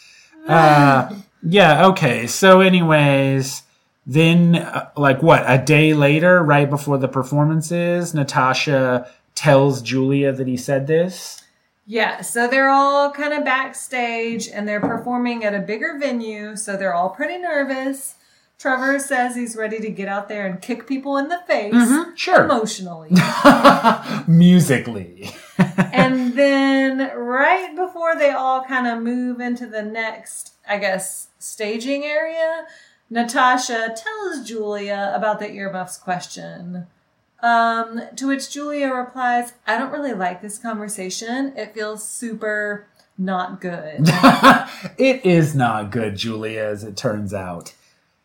S1: Uh, yeah, okay. So, anyways, then, uh, like, what, a day later, right before the performances, Natasha tells Julia that he said this.
S2: Yeah, so they're all kind of backstage and they're performing at a bigger venue, so they're all pretty nervous. Trevor says he's ready to get out there and kick people in the face
S1: Mm-hmm. Sure.
S2: emotionally.
S1: Musically.
S2: and then right before they all kind of move into the next, I guess, staging area, Natasha tells Julia about the earmuffs question. Um, to which Julia replies, I don't really like this conversation. It feels super not good.
S1: it is not good, Julia, as it turns out.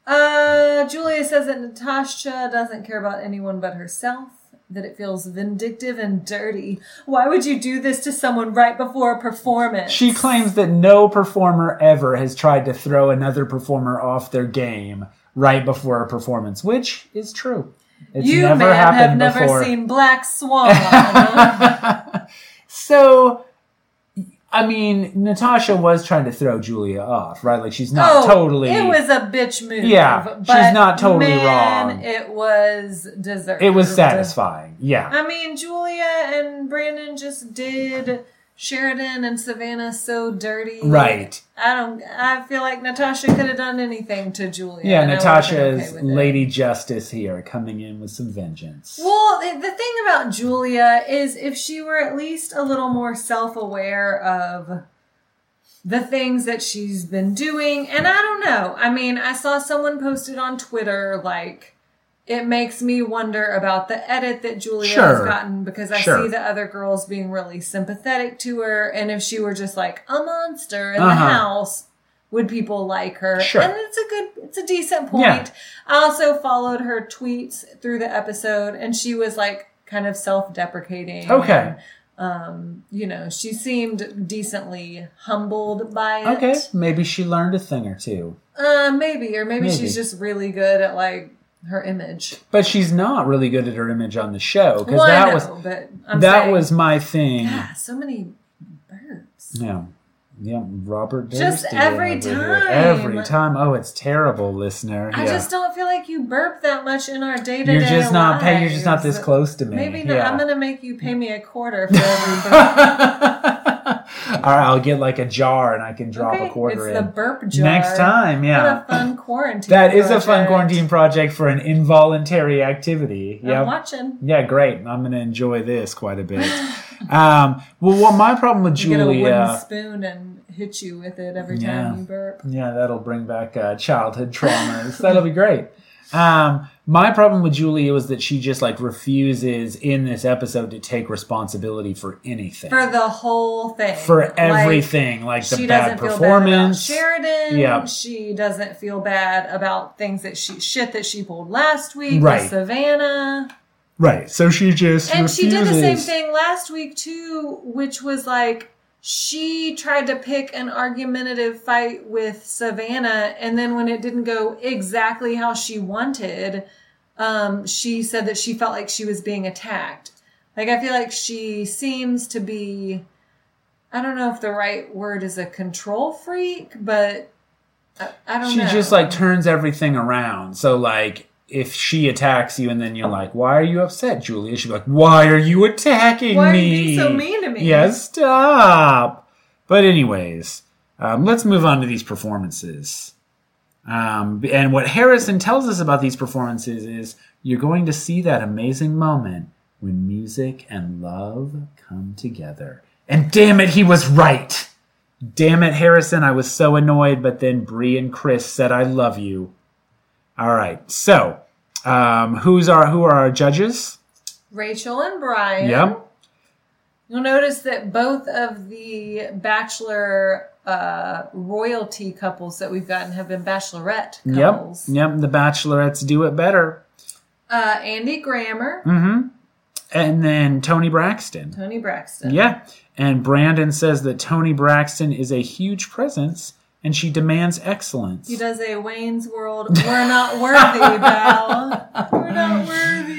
S2: Uh, Julia says that Natasha doesn't care about anyone but herself, that it feels vindictive and dirty. Why would you do this to someone right before a performance?
S1: She claims that no performer ever has tried to throw another performer off their game right before a performance, which is true. It's
S2: you,
S1: never
S2: man, have
S1: happened
S2: never
S1: before.
S2: seen Black Swan.
S1: so, I mean, Natasha was trying to throw Julia off, right? Like she's not
S2: Oh,
S1: totally.
S2: It was a bitch move.
S1: Yeah, she's
S2: but
S1: not totally
S2: man,
S1: wrong.
S2: It was deserved.
S1: It was satisfying. Yeah.
S2: I mean, Julia and Brandon just did Sheridan and Savannah so dirty.
S1: Right.
S2: I don't. I feel like Natasha could have done anything to Julia.
S1: Yeah,
S2: and I
S1: Natasha
S2: would've been
S1: is
S2: okay with it.
S1: Lady Justice here, coming in with some vengeance.
S2: Well, the the thing about Julia is if she were at least a little more self aware of the things that she's been doing, and I don't know. I mean, I saw someone posted on Twitter, like, it makes me wonder about the edit that Julia has
S1: Sure.
S2: gotten because I
S1: Sure.
S2: see the other girls being really sympathetic to her. And if she were just like a monster in the
S1: Uh-huh.
S2: house, would people like her?
S1: Sure.
S2: And it's a good, it's a decent point.
S1: Yeah.
S2: I also followed her tweets through the episode, and she was like kind of self deprecating.
S1: Okay.
S2: Um, you know, she seemed decently humbled by it.
S1: Okay. Maybe she learned a thing or two.
S2: Uh, maybe, or maybe,
S1: Maybe.
S2: she's just really good at like her image.
S1: But she's not really good at her image on the show because
S2: Well, I
S1: that
S2: know,
S1: was
S2: but I'm
S1: that
S2: saying-
S1: was my thing.
S2: Yeah, so many burps.
S1: Yeah. Yeah, Robert.
S2: Just
S1: Durst did it
S2: every
S1: over here.
S2: time.
S1: Every time. Oh, it's terrible, listener.
S2: I
S1: yeah.
S2: just don't feel like you burp that much in our day to day.
S1: you're just not pay, You're just not this close to me.
S2: Maybe not.
S1: Yeah.
S2: I'm gonna make you pay me a quarter for every burp.
S1: All right, I'll get like a jar and I can drop
S2: Okay,
S1: a quarter
S2: it's the
S1: in
S2: burp jar.
S1: next time.
S2: What
S1: Yeah,
S2: a fun quarantine.
S1: that is a fun
S2: project.
S1: quarantine project for an involuntary activity.
S2: I'm
S1: Yeah,
S2: watching.
S1: yeah, great. I'm gonna enjoy this quite a bit. um, well, what my problem with
S2: You get a wooden
S1: Julia?
S2: spoon and hit you with it every
S1: Yeah.
S2: time you burp.
S1: Yeah, that'll bring back uh, childhood traumas. that'll be great. Um, my problem with Julia was that she just like refuses in this episode to take responsibility for anything,
S2: For the whole thing. Like,
S1: for everything, like, the
S2: she
S1: bad
S2: doesn't feel bad about
S1: performance.
S2: Sheridan.
S1: Yeah.
S2: She doesn't feel bad about things that she shit that she pulled last week
S1: Right.
S2: with Savannah.
S1: Right. So she just
S2: And she did the same
S1: refuses.
S2: thing last week too, which was like she tried to pick an argumentative fight with Savannah, and then when it didn't go exactly how she wanted, um, she said that she felt like she was being attacked. Like I feel like she seems to be I don't know if the right word is a control freak, but I, I don't
S1: she
S2: know.
S1: just like turns everything around. So like if she attacks you and then you're like, "Why are you upset, Julia?" She'd be like, "Why are you attacking
S2: Why are
S1: me?
S2: you being so mean to me?"
S1: Yeah, stop. But anyways, um, let's move on to these performances. Um, and what Harrison tells us about these performances is you're going to see that amazing moment when music and love come together. And damn it, he was right. Damn it, Harrison, I was so annoyed, but then Bree and Chris said, I love you. All right, so um, who's our who are our judges?
S2: Rachel and Brian.
S1: Yep.
S2: You'll notice that both of the bachelor uh, royalty couples that we've gotten have been bachelorette couples.
S1: Yep, yep. The Bachelorettes do it better.
S2: Uh, Andy Grammer,
S1: Mm-hmm. And then Tony Braxton.
S2: Tony Braxton.
S1: Yeah. And Brandon says that Tony Braxton is a huge presence and she demands excellence.
S2: He does a Wayne's World. We're not worthy, Val. We're not worthy.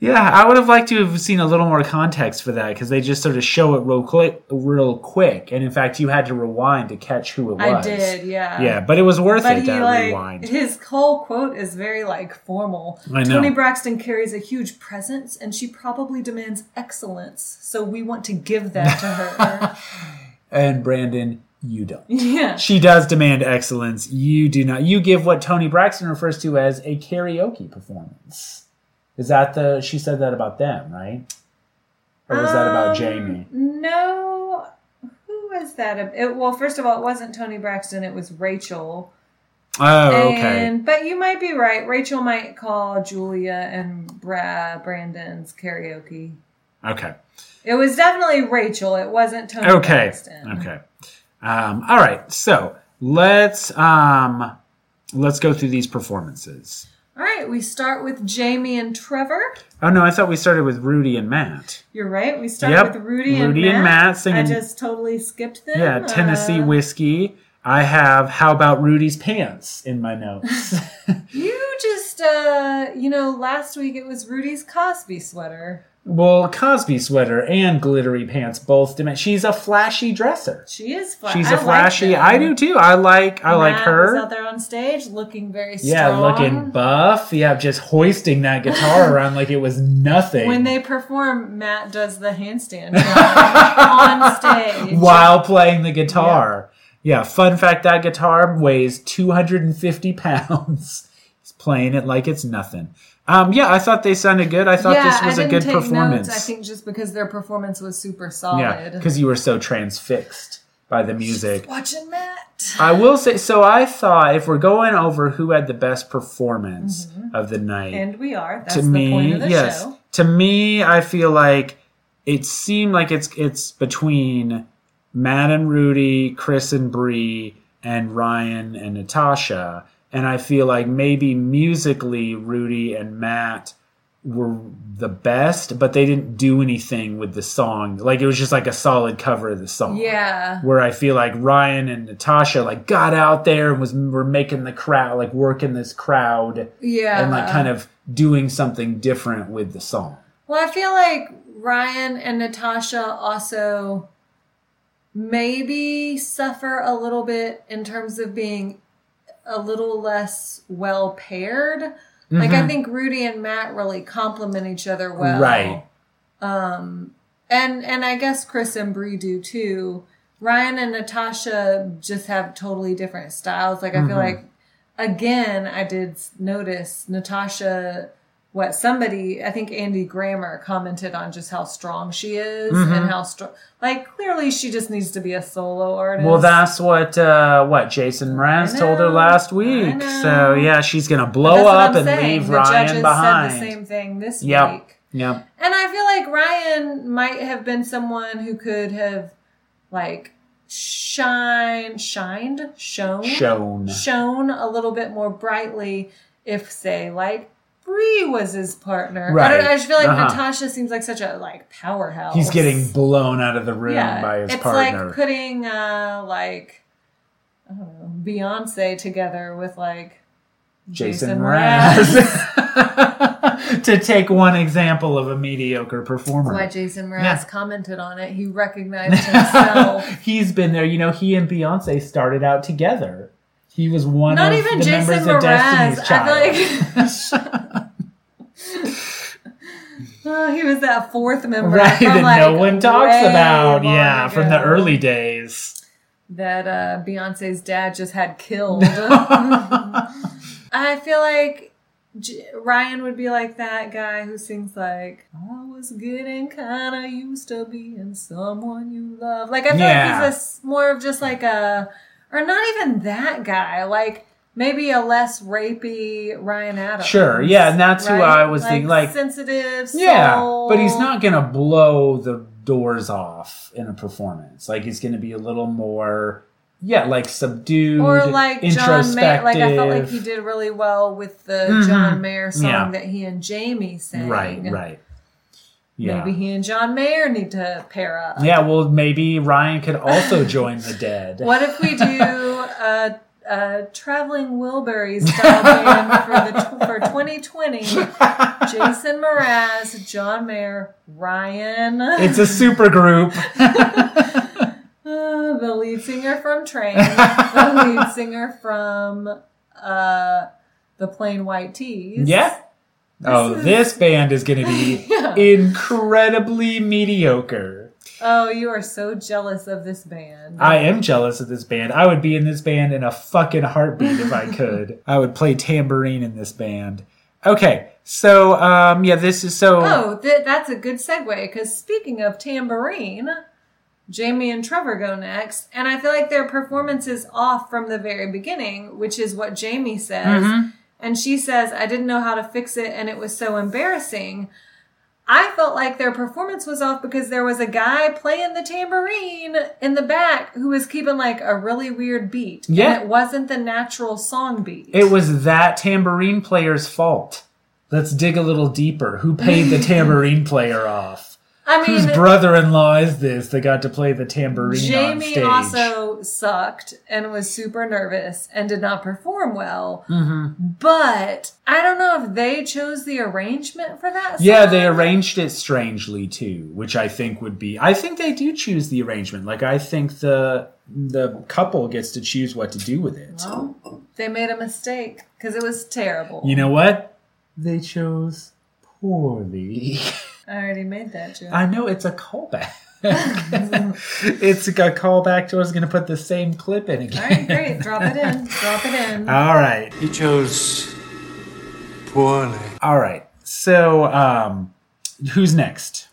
S1: Yeah, I would have liked to have seen a little more context for that because they just sort of show it real quick, real quick. And in fact, you had to rewind to catch who it was.
S2: I did, yeah.
S1: Yeah, but it was worth
S2: But
S1: it
S2: he
S1: that
S2: like
S1: rewind.
S2: his whole quote is very like formal.
S1: I know.
S2: Tony Braxton carries a huge presence, and she probably demands excellence. So we want to give that to her.
S1: And Brandon, you don't.
S2: yeah,
S1: She does demand excellence. You do not. You give what Tony Braxton refers to as a karaoke performance. Is that the? She said that about them, right? Or was that about
S2: Um,
S1: Jamie?
S2: No, who was that? ab- It, well, first of all, it wasn't Tony Braxton. It was Rachel.
S1: Oh, okay.
S2: And but you might be right. Rachel might call Julia and Bra- Brandon's karaoke.
S1: Okay.
S2: It was definitely Rachel. It wasn't Tony
S1: Okay.
S2: Braxton.
S1: Okay. Um, all right. So let's um, let's go through these performances.
S2: All right, we start with Jamie and Trevor.
S1: Oh no, I thought we started with Rudy and Matt.
S2: You're right. We start
S1: Yep,
S2: with Rudy,
S1: Rudy and
S2: and
S1: Matt
S2: Matt.
S1: singing-
S2: I just totally skipped them.
S1: Yeah, Tennessee
S2: Uh,
S1: whiskey. I have how about Rudy's pants in my notes.
S2: you just, uh, you know, last week it was Rudy's Cosby sweater.
S1: well, Cosby sweater and glittery pants both demand. She's a flashy dresser.
S2: She is flashy.
S1: She's a flashy. I do too. I like I like her.
S2: out there on stage looking very strong.
S1: yeah, looking buff. Yeah, just hoisting that guitar around like it was nothing.
S2: When they perform, Matt does the handstand on stage.
S1: while playing the guitar. Yeah. fun fact that guitar weighs 250 pounds. He's playing it like it's nothing. Um, yeah, I thought they sounded good. I thought
S2: yeah,
S1: this was
S2: I
S1: a
S2: didn't
S1: good
S2: take
S1: performance.
S2: Notes, I think just because their performance was super
S1: yeah,
S2: solid.
S1: because you were so transfixed by the music.
S2: watching Matt.
S1: I will say, so I thought if we're going over who had the best performance of the night,
S2: Mm-hmm. And we are. That's
S1: to
S2: the
S1: me,
S2: point of the
S1: yes.
S2: show.
S1: To me, I feel like it seemed like it's it's between Matt and Rudy, Chris and Bree, and Ryan and Natasha, and I feel like maybe musically Rudy and Matt were the best, but they didn't do anything with the song. Like it was just like a solid cover of the song
S2: Yeah.
S1: where I feel like Ryan and Natasha like got out there and was were making the crowd like working this crowd
S2: Yeah.
S1: and like kind of doing something different with the song.
S2: Well, I feel like Ryan and Natasha also maybe suffer a little bit in terms of being a little less well paired. Like I think Rudy and Matt really complement each other well.
S1: right.
S2: Um and and I guess Chris and Bree do too. Ryan and Natasha just have totally different styles. Like I feel like again I did s- notice Natasha what somebody I think Andy Grammer commented on just how strong she is
S1: Mm-hmm.
S2: and how strong like clearly she just needs to be a solo artist.
S1: Well, that's what uh, what Jason Mraz
S2: I
S1: told her
S2: know,
S1: last
S2: I
S1: week.
S2: know.
S1: So yeah, she's gonna
S2: But
S1: blow
S2: that's what
S1: up
S2: I'm
S1: and
S2: saying.
S1: leave
S2: the
S1: Ryan
S2: judges
S1: behind.
S2: said the same thing this
S1: Yep.
S2: week.
S1: Yeah,
S2: And I feel like Ryan might have been someone who could have like shine shined shown
S1: shown.
S2: shown a little bit more brightly if say like Bree was his partner. I
S1: Right.
S2: don't know, I just feel like
S1: Uh-huh.
S2: Natasha seems like such a like powerhouse.
S1: He's getting blown out of the room by his
S2: it's
S1: partner.
S2: like putting uh like I don't know, Beyonce together with like
S1: Jason
S2: Jason Mraz.
S1: Mraz. to take one example of a mediocre performer.
S2: That's why Jason Mraz
S1: Yeah.
S2: commented on it. He recognized himself.
S1: He's been there. You know, he and Beyonce started out together. He was one
S2: Not
S1: of
S2: even
S1: the
S2: Jason
S1: members of
S2: Mraz.
S1: Destiny's Child.
S2: I feel like. Oh, he was that fourth member
S1: right,
S2: from,
S1: that
S2: like,
S1: no one talks
S2: way
S1: about.
S2: long
S1: Yeah, from the
S2: ago.
S1: early days.
S2: that uh, Beyonce's dad just had killed. I feel like J- Ryan would be like that guy who sings like "I was good and kind of used to being someone you love." Like I feel
S1: Yeah.
S2: like he's a s more of just like a, or not even that guy. Like maybe a less rapey Ryan Adams.
S1: Sure, yeah, and that's who I was
S2: like,
S1: thinking, like-
S2: sensitive.
S1: Yeah, but he's
S2: soul.
S1: not going to blow the doors off in a performance. Like he's going to be a little more, yeah, like subdued
S2: or like John
S1: introspective.
S2: Mayer. Like I felt like he did really well with the John Mayer song
S1: Mm-hmm. Yeah.
S2: that he and Jamie sang.
S1: Right, right. Yeah.
S2: Maybe he and John Mayer need to pair up.
S1: Yeah, well, maybe Ryan could also join the dead.
S2: What if we do a, a traveling Wilbury style band for the for 2020? Jason Mraz, John Mayer, Ryan,
S1: It's a super group.
S2: uh, the lead singer from Train, the lead singer from uh, the Plain White Tees.
S1: yeah. Oh,
S2: is-
S1: this band is going to be
S2: Yeah.
S1: incredibly mediocre.
S2: Oh, you are so jealous of this band.
S1: I am jealous of this band. I would be in this band in a fucking heartbeat if I could. I would play tambourine in this band. Okay, so um, yeah, this is so.
S2: oh, th- that's a good segue because speaking of tambourine, Jamie and Trevor go next, and I feel like their performance is off from the very beginning, which is what Jamie says.
S1: Mm-hmm.
S2: And she says, I didn't know how to fix it, and it was so embarrassing. I felt like their performance was off because there was a guy playing the tambourine in the back who was keeping like a really weird beat.
S1: Yeah.
S2: And it wasn't the natural song beat.
S1: It was that tambourine player's fault. Let's dig a little deeper. Who paid the tambourine player off?
S2: I mean,
S1: Whose brother-in-law is this that got to play the tambourine on
S2: Jamie
S1: stage?
S2: also sucked and was super nervous and did not perform well.
S1: Mm-hmm.
S2: But I don't know if they chose the arrangement for that. Song.
S1: yeah, they arranged it strangely too, which I think would be. I think they do choose the arrangement. Like I think the the couple gets to choose what to do with it.
S2: Oh. Well, they made a mistake because it was terrible.
S1: You know what? They chose poorly.
S2: I already made that joke.
S1: I know it's a callback. it's a callback to us. Going to put the same clip in
S2: All
S1: again.
S2: right, great. Drop it in. Drop it in.
S1: All right.
S3: He chose poorly.
S1: All right. So, um, who's next?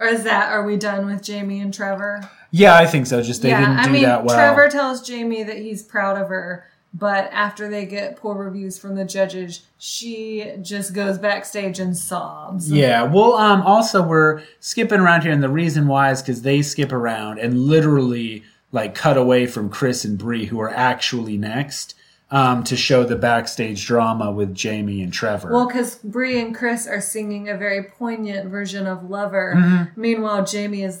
S2: or is that? Are we done with Jamie and Trevor?
S1: Yeah, I think so. Just they
S2: yeah,
S1: didn't do
S2: I mean,
S1: that well.
S2: Trevor tells Jamie that he's proud of her, but after they get poor reviews from the judges, she just goes backstage and sobs.
S1: yeah. Well, um, also we're skipping around here, and the reason why is because they skip around and literally like cut away from Chris and Bree, who are actually next, um, to show the backstage drama with Jamie and Trevor.
S2: Well, because Brie and Chris are singing a very poignant version of Lover.
S1: Mm-hmm.
S2: Meanwhile, Jamie is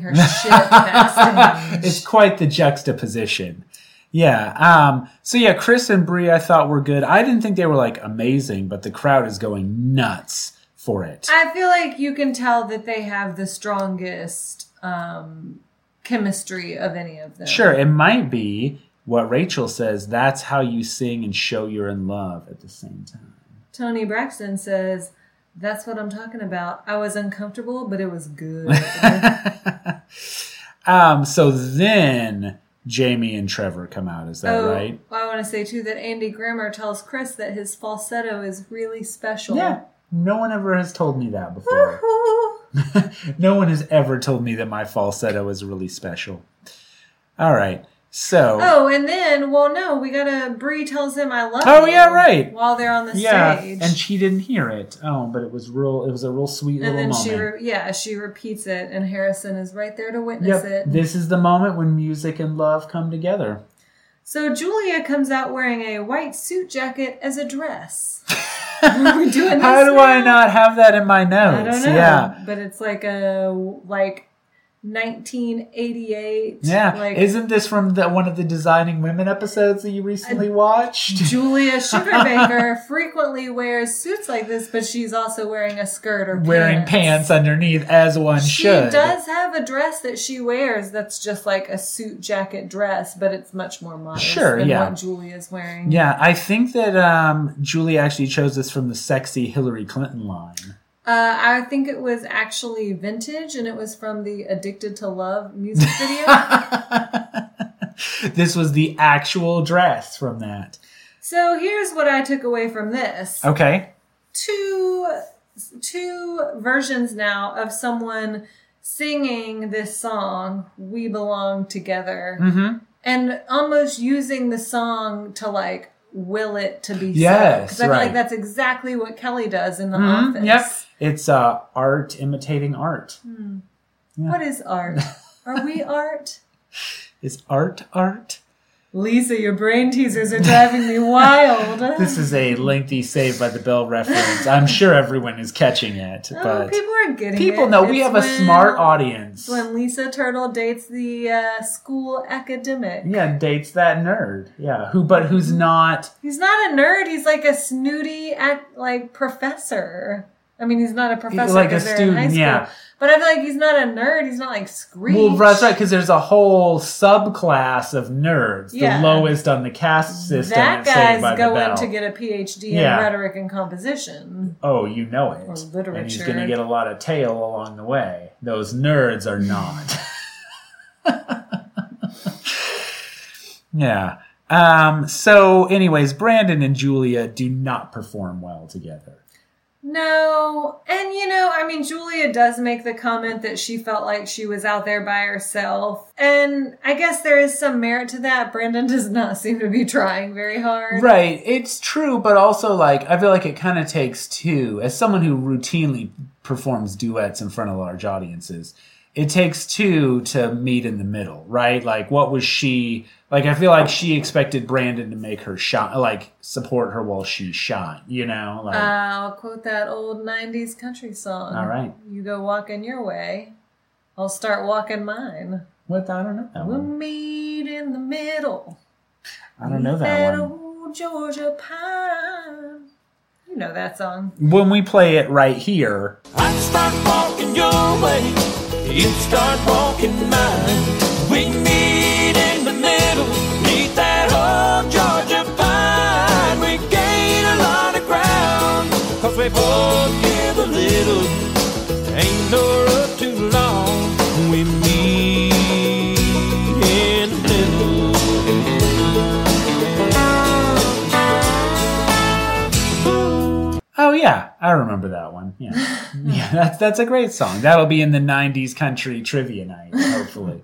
S2: her shit backstage.
S1: it's quite the juxtaposition. Yeah. Um, so yeah, Chris and Bree, I thought were good. I didn't think they were like amazing, but the crowd is going nuts for it.
S2: I feel like you can tell that they have the strongest um, chemistry of any of them.
S1: Sure, it might be what Rachel says. That's how you sing and show you're in love at the same time.
S2: Tony Braxton says, That's what I'm talking about. I was uncomfortable, but it was good.
S1: Um, so then Jamie and Trevor come out. Is that
S2: oh,
S1: right?
S2: I want to say too that Andy Grammer tells Chris that his falsetto is really special.
S1: Yeah. No one ever has told me that before. no one has ever told me that my falsetto is really special. All right. So
S2: Oh, and then, well, no, we gotta. Bree tells him, "I love
S1: Oh,
S2: you,"
S1: yeah, right.
S2: While they're on the
S1: yeah,
S2: stage,
S1: and she didn't hear it. Oh, but it was real. It was a real sweet
S2: And
S1: little
S2: then
S1: moment.
S2: she, re- yeah, she repeats it, and Harrison is right there to witness
S1: yep.
S2: it.
S1: This is the moment when music and love come together.
S2: So Julia comes out wearing a white suit jacket as a dress. Are we doing this
S1: How do I
S2: now?
S1: not have that in my notes?
S2: I don't know.
S1: Yeah.
S2: But it's like a like 1988.
S1: Yeah,
S2: like
S1: isn't this from the, one of the Designing Women episodes that you recently watched?
S2: Julia Sugarbaker frequently wears suits like this, but she's also wearing a skirt or
S1: Wearing pants underneath, as one
S2: She
S1: should.
S2: does have a dress that she wears that's just like a suit jacket dress, but it's much more modest
S1: Sure,
S2: than
S1: yeah.
S2: what Julia's wearing.
S1: Yeah, I think that um, Julie actually chose this from the sexy Hillary Clinton line.
S2: Uh, I think it was actually vintage, and it was from the "Addicted to Love" music video.
S1: this was the actual dress from that.
S2: so here's what I took away from this:
S1: Okay.
S2: two two versions now of someone singing this song "We Belong Together"
S1: Mm-hmm.
S2: and almost using the song to like will it to be
S1: Yes,
S2: so. 'Cause I feel like
S1: right. Mm-hmm.
S2: that's exactly what Kelly does in the office.
S1: Yep. It's uh, art imitating art.
S2: What is art? Are we art?
S1: Is art art?
S2: Lisa, your brain teasers are driving me wild.
S1: This is a lengthy Saved by the Bell reference. I'm sure everyone is catching it,
S2: oh,
S1: but people,
S2: people are getting it.
S1: know we
S2: It's
S1: have a
S2: when-
S1: smart audience.
S2: it's When Lisa Turtle dates the uh, school academic,
S1: Yeah, dates that nerd. Yeah, who but who's not?
S2: he's not a nerd. He's like a snooty, ac- like professor. I mean, he's not a professor
S1: like a
S2: 'cause they're in high
S1: student,
S2: school.
S1: yeah.
S2: But I feel like he's not a nerd. He's not like Screech.
S1: Well, that's right, because there's a whole subclass of nerds,
S2: Yeah.
S1: the lowest on the caste system. at
S2: That
S1: Saved by
S2: guy's
S1: the
S2: going
S1: Bell.
S2: to get a PhD
S1: Yeah.
S2: in rhetoric and composition.
S1: Oh, you know it.
S2: Or
S1: And he's
S2: literature.
S1: going to get a lot of tail along the way. Those nerds are not. yeah. Um, so, anyways, Brandon and Julia do not perform well together.
S2: No, and you know, I mean, Julia does make the comment that she felt like she was out there by herself, and I guess there is some merit to that. Brandon does not seem to be trying very hard.
S1: Right. It's true, but also, like, I feel like it kind of takes two. As someone who routinely performs duets in front of large audiences, it takes two to meet in the middle, right? Like, what was she. Like, I feel like she expected Brandon to make her shine, like, support her while she shot, you know? Like,
S2: I'll quote that old '90s country song.
S1: Oh. all right.
S2: you go walking your way, I'll start walking mine.
S1: What? I don't know that
S2: We'll
S1: one.
S2: meet in the middle.
S1: I don't know
S2: that
S1: that one.
S2: old Georgia pine. You know that song.
S1: When we play it right here,
S5: I start walking your way, you start walking mine. We meet in the middle, neath that old Georgia pine. We gain a lot of ground, cause we both give a little. Ain't no road too long, we meet in the middle.
S1: Oh yeah, I remember that one. Yeah, yeah, that's that's a great song. That'll be in the '90s country trivia night, hopefully.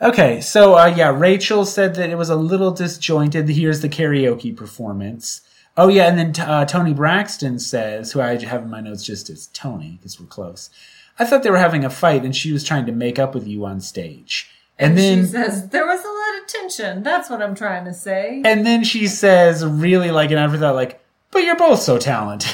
S1: okay, so uh, yeah, Rachel said that it was a little disjointed. Here's the karaoke performance. Oh yeah, and then t- uh, Tony Braxton says, who I have in my notes just as Tony because we're close. I thought they were having a fight, and she was trying to make up with you on stage. And, then
S2: she says there was a lot of tension. That's what I'm trying to say.
S1: And then she says, really like an afterthought, like, but you're both so talented.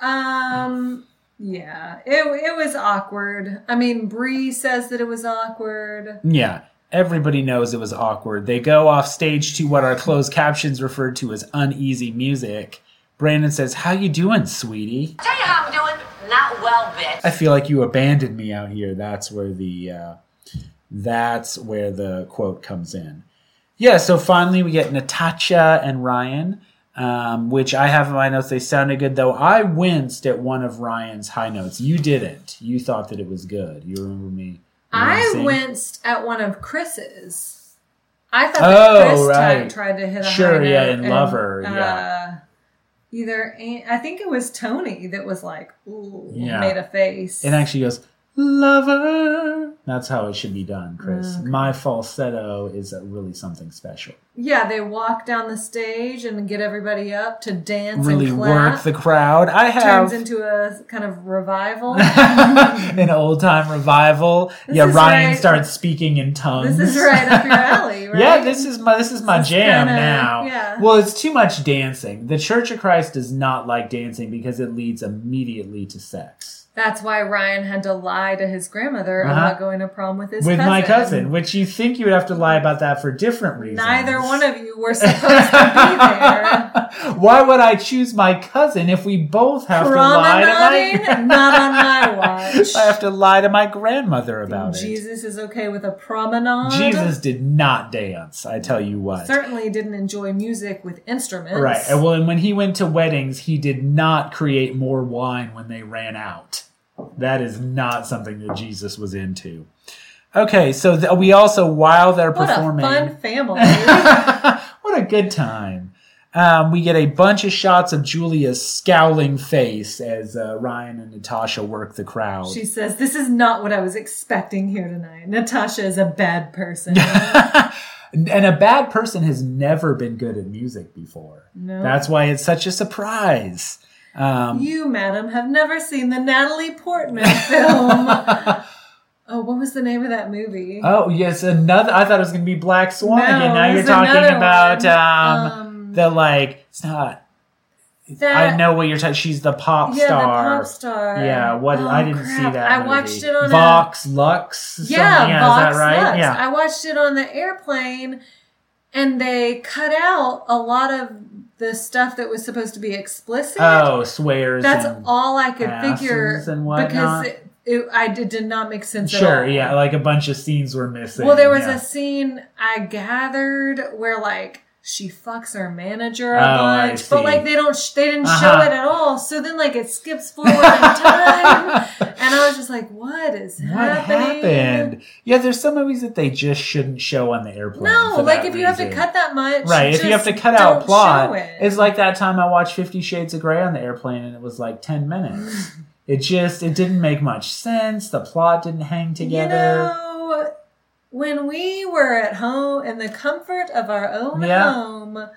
S2: Um, yeah, it it was awkward. I mean, Bree says that it was awkward.
S1: yeah. Everybody knows it was awkward. They go off stage to what our closed captions referred to as uneasy music. Brandon says, How you doing, sweetie?
S6: Tell you how I'm doing. Not well, bitch.
S1: I feel like you abandoned me out here. That's where the uh, that's where the quote comes in. Yeah. So finally, we get Natasha and Ryan, um, which I have in my notes. They sounded good, though. I winced at one of Ryan's high notes. You didn't. You thought that it was good. You remember me?
S2: I
S1: wincing?
S2: winced at one of Chris's. I thought
S1: Oh,
S2: that Chris
S1: right.
S2: ti- tried to hit a
S1: Sure,
S2: high
S1: yeah,
S2: note
S1: in Lover, yeah.
S2: Uh, either An- I think it was Tony that was like, ooh,
S1: Yeah.
S2: made a face.
S1: It actually goes lover. That's how it should be done, Chris.
S2: Oh,
S1: My falsetto is uh, really something special.
S2: yeah, they walk down the stage and get everybody up to dance
S1: Really
S2: and clap.
S1: work the crowd. I have
S2: turns into a kind of revival.
S1: an old time revival. yeah,
S2: is
S1: Ryan
S2: right-
S1: starts speaking in tongues.
S2: this is right up your alley, right?
S1: Yeah, this is my this is my
S2: This is
S1: jam
S2: kinda-
S1: now.
S2: yeah.
S1: Well, it's too much dancing. The Church of Christ does not like dancing because it leads immediately to sex.
S2: That's why Ryan had to lie to his grandmother
S1: Uh-huh.
S2: about going to prom with his
S1: with
S2: cousin.
S1: my cousin, which you think you would have to lie about that for different reasons.
S2: Neither one of you were supposed to be there.
S1: Why would I choose my cousin if we both have to lie
S2: Promenading?
S1: to my?
S2: Not on my watch.
S1: I have to lie to my grandmother about it.
S2: Jesus is okay with a promenade.
S1: Jesus did not dance. I tell you what.
S2: certainly didn't enjoy music with instruments.
S1: Right. And Well, and when he went to weddings, he did not create more wine when they ran out. That is not something that Jesus was into. Okay, so th- we also while they're
S2: What
S1: performing,
S2: a fun family.
S1: what a good time. Um, we get a bunch of shots of Julia's scowling face as uh, Ryan and Natasha work the crowd.
S2: she says, This is not what I was expecting here tonight. Natasha is a bad person.
S1: and a bad person has never been good at music before.
S2: No.
S1: That's why it's such a surprise. Um,
S2: you, madam, have never seen the Natalie Portman film. oh, what was the name of that movie?
S1: Oh yes, another. I thought it was going to be Black Swan
S2: No,
S1: again. Now
S2: it
S1: you're
S2: was
S1: talking
S2: another
S1: about um,
S2: one. Um,
S1: the like. It's not.
S2: That-
S1: I know what you're talking. She's the pop
S2: Yeah, the
S1: star.
S2: pop star.
S1: Yeah, what
S2: Oh,
S1: I didn't see
S2: crap.
S1: that.
S2: I
S1: movie.
S2: watched it on a-
S1: Vox Lux. something-
S2: Yeah, Vox
S1: is that right?
S2: Lux.
S1: Yeah,
S2: I watched it on the airplane and they cut out a lot of the stuff that was supposed to be explicit.
S1: Oh, swears.
S2: That's
S1: and,
S2: all I could figure
S1: asses and whatnot.
S2: because it, it, I did, did not make sense at all.
S1: Sure. Yeah, like a bunch of scenes were missing.
S2: Well, there was
S1: yeah.
S2: a scene I gathered where like she fucks her manager a
S1: Oh, I
S2: bunch, but
S1: see.
S2: like they don't sh- they didn't
S1: Uh-huh.
S2: show it at all. So then like it skips forward in time, and I was just like, what is
S1: What
S2: happening?
S1: happened? Yeah, there's some movies that they just shouldn't show on the airplane.
S2: No,
S1: for
S2: like
S1: that
S2: if you have to
S1: reason.
S2: cut that much,
S1: Right. If you have
S2: just
S1: to cut
S2: don't
S1: out
S2: show
S1: plot,
S2: it.
S1: it's like that time I watched Fifty Shades of Grey on the airplane, and it was like ten minutes. it just it didn't make much sense. The plot didn't hang
S2: you
S1: together.
S2: know, when we were at home in the comfort of our own
S1: Yeah.
S2: home.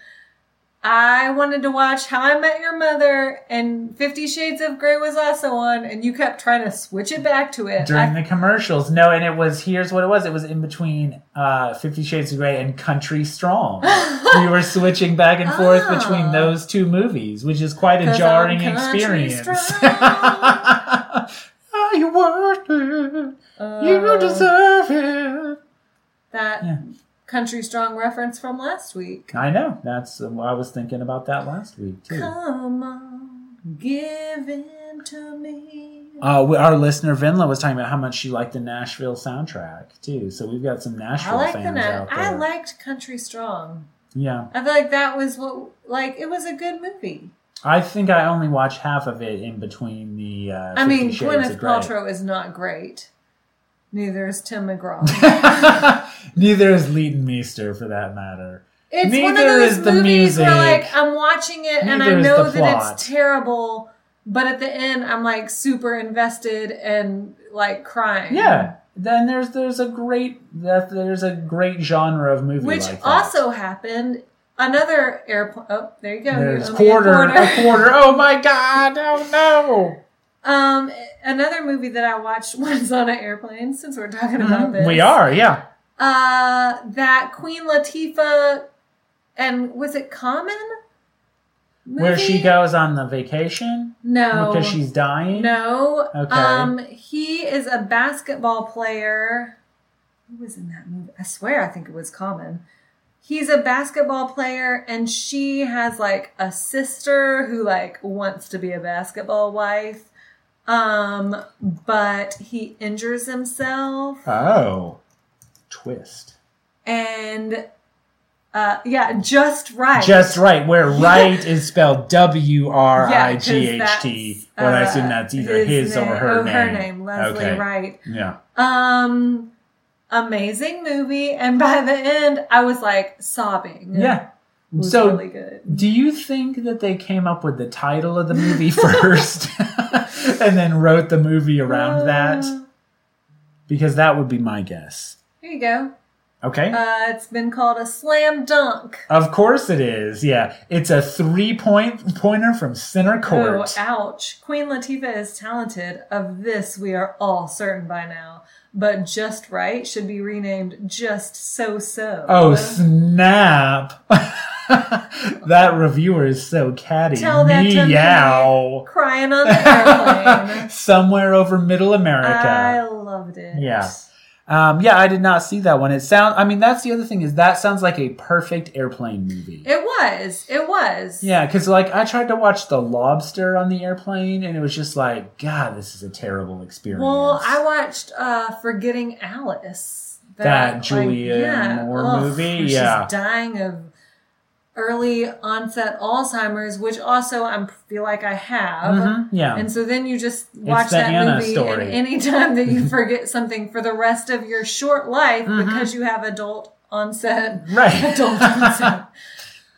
S2: I wanted to watch How I Met Your Mother, and Fifty Shades of Grey was also on, and you kept trying to switch it back to it.
S1: during
S2: I-
S1: the commercials, no, and it was here's what it was. It was in between uh, Fifty Shades of Grey and Country Strong. we were switching back and forth
S2: Ah.
S1: between those two movies, which is quite a
S2: 'Cause
S1: jarring
S2: I'm Country
S1: experience.
S2: Strong.
S1: Are you worth it?
S2: Uh,
S1: You deserve it.
S2: that
S1: Yeah.
S2: country strong reference from last week.
S1: I know. That's I was thinking about that last week too.
S2: Come on, give in to me.
S1: Uh, we- our listener Vinla was talking about how much she liked the Nashville soundtrack too. So we've got some
S2: I
S1: Nashville
S2: like the
S1: fans
S2: net.
S1: out there.
S2: I liked Country Strong.
S1: yeah,
S2: I feel like that was what like it was a good movie.
S1: I think I only watched half of it in between the. Uh,
S2: I mean,
S1: Fifty Shades
S2: Gwyneth
S1: of Grey.
S2: Paltrow is not great. Neither is Tim McGraw.
S1: Neither is Leighton Meester, for that matter.
S2: It's one of
S1: Neither
S2: those
S1: is the
S2: movies where
S1: music.
S2: like I'm watching it and
S1: Neither
S2: I
S1: is
S2: know
S1: the
S2: that
S1: plot.
S2: it's terrible, but at the end I'm like super invested and like crying.
S1: Yeah. Then there's there's a great that there's a great genre of movie
S2: Which
S1: like that.
S2: also happened. Another airplane. Oh, there you go.
S1: there's
S2: You owe me a
S1: quarter a quarter. Oh my god! Oh no!
S2: Um, another movie that I watched was on an airplane. Since we're talking about this,
S1: Mm-hmm. We are, yeah.
S2: Uh, that Queen Latifah, and was it Common?
S1: Where
S2: movie?
S1: she goes on the vacation
S2: No,
S1: because she's dying.
S2: no.
S1: Okay.
S2: Um, he is a basketball player. Who was in that movie? I swear, I think it was Common. He's a basketball player, and she has like a sister who like wants to be a basketball wife. Um, but he injures himself.
S1: Oh, twist.
S2: and uh, yeah, just right.
S1: Just right, where right is spelled W R I G
S2: Yeah, 'cause
S1: H T.
S2: that's,
S1: Well, I
S2: uh,
S1: assume that's either his, or
S2: name-
S1: her
S2: oh,
S1: name.
S2: Her name, Leslie
S1: Okay.
S2: Wright.
S1: Yeah.
S2: Um, amazing movie, and by the end, I was like sobbing.
S1: Yeah.
S2: It was
S1: So,
S2: really good.
S1: do you think that they came up with the title of the movie first and then wrote the movie around that?
S2: Uh,
S1: Because that would be my guess.
S2: Here you go.
S1: Okay.
S2: Uh, it's been called a slam dunk.
S1: of course it is. Yeah. It's a three point pointer from center
S2: Oh,
S1: court.
S2: ouch. Queen Latifah is talented. Of this, we are all certain by now. But Just Right should be renamed Just So So.
S1: Oh snap! that reviewer is so catty.
S2: Tell that to me.
S1: Meow.
S2: Crying on the airplane.
S1: Somewhere over Middle
S2: I
S1: America.
S2: loved it.
S1: Yeah. Um, yeah, I did not see that one. It sound. I mean, that's the other thing is that sounds like a perfect airplane movie.
S2: It was. It was.
S1: Yeah, because like I tried to watch The Lobster on the airplane, and it was just like, God, this is a terrible experience.
S2: Well, I watched uh Forgetting Alice.
S1: That Julianne Moore movie?
S2: where
S1: Yeah.
S2: She's dying of early onset Alzheimer's, which also I feel like I have.
S1: Mhm, yeah.
S2: And so then you just watch
S1: the
S2: that
S1: Anna
S2: movie,
S1: story.
S2: and anytime that you forget something for the rest of your short life because you have adult onset,
S1: Mm-hmm. Right.
S2: Adult onset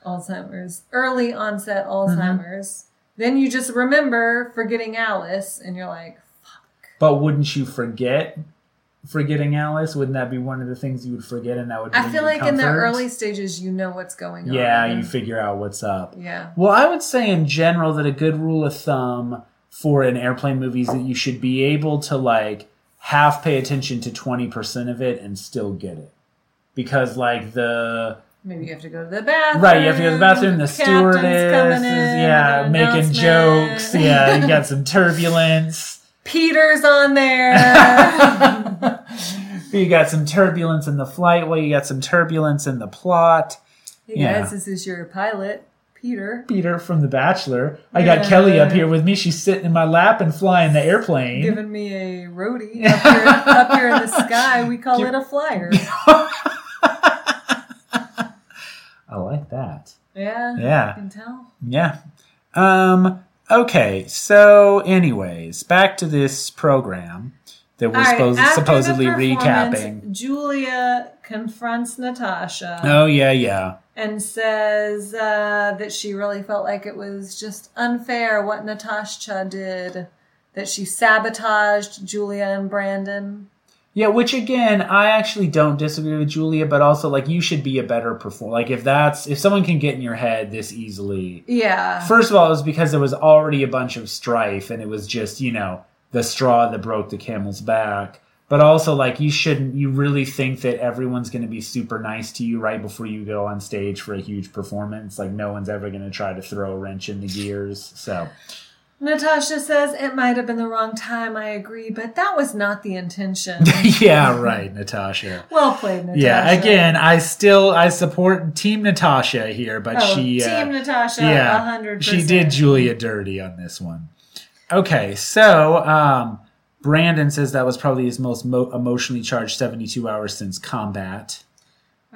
S2: Alzheimer's, early onset
S1: Mm-hmm.
S2: Alzheimer's. Then you just remember forgetting Alice, and you're like,
S1: But wouldn't you forget forgetting Alice? Wouldn't that be one of the things you would forget, and that would?
S2: I
S1: bring
S2: feel
S1: you
S2: like in the
S1: comfort?
S2: early stages, you know what's going on.
S1: Yeah, you figure out what's up.
S2: Yeah.
S1: Well, I would say in general that a good rule of thumb for an airplane movie is that you should be able to like half pay attention to twenty percent of it and still get it, because like the
S2: Maybe you have to go to the bathroom.
S1: Right, you have to go to the bathroom. The
S2: captain's
S1: stewardess
S2: coming
S1: is
S2: in,
S1: yeah
S2: an
S1: making
S2: announcement.
S1: jokes. Yeah, you got some turbulence.
S2: Peter's on there.
S1: You got some turbulence in the flight. Well, you got some turbulence in the plot.
S2: hey
S1: Yeah.
S2: guys, this is your pilot, Peter.
S1: Peter from The Bachelor. I got Kelly up here with me. She's sitting in my lap and flying the airplane.
S2: Giving me a roadie up here, up here in the sky. We call it a flyer.
S1: I like that.
S2: Yeah.
S1: Yeah.
S2: You can tell.
S1: Yeah. Um okay, so anyways, back to this program that we're
S2: All right,
S1: supposed,
S2: after the
S1: supposedly
S2: performance,
S1: recapping.
S2: Julia confronts Natasha.
S1: Oh yeah, yeah.
S2: and says uh, that she really felt like it was just unfair what Natasha did, that she sabotaged Julia and Brandon.
S1: Yeah, which again, I actually don't disagree with Julia, but also like you should be a better performer. Like if that's if someone can get in your head this easily,
S2: Yeah.
S1: First of all, it was because there was already a bunch of strife, and it was just you know the straw that broke the camel's back. But also, like you shouldn't, you really think that everyone's going to be super nice to you right before you go on stage for a huge performance? Like no one's ever going to try to throw a wrench in the gears. So
S2: Natasha says it might have been the wrong time, I agree, but that was not the intention.
S1: yeah, right, Natasha.
S2: well played, Natasha.
S1: Yeah, again, I still I support Team Natasha here, but
S2: Oh,
S1: she uh,
S2: Team Natasha,
S1: yeah,
S2: 100%.
S1: she did Julia dirty on this one. Okay, so um, Brandon says that was probably his most mo- emotionally charged 72 hours since combat.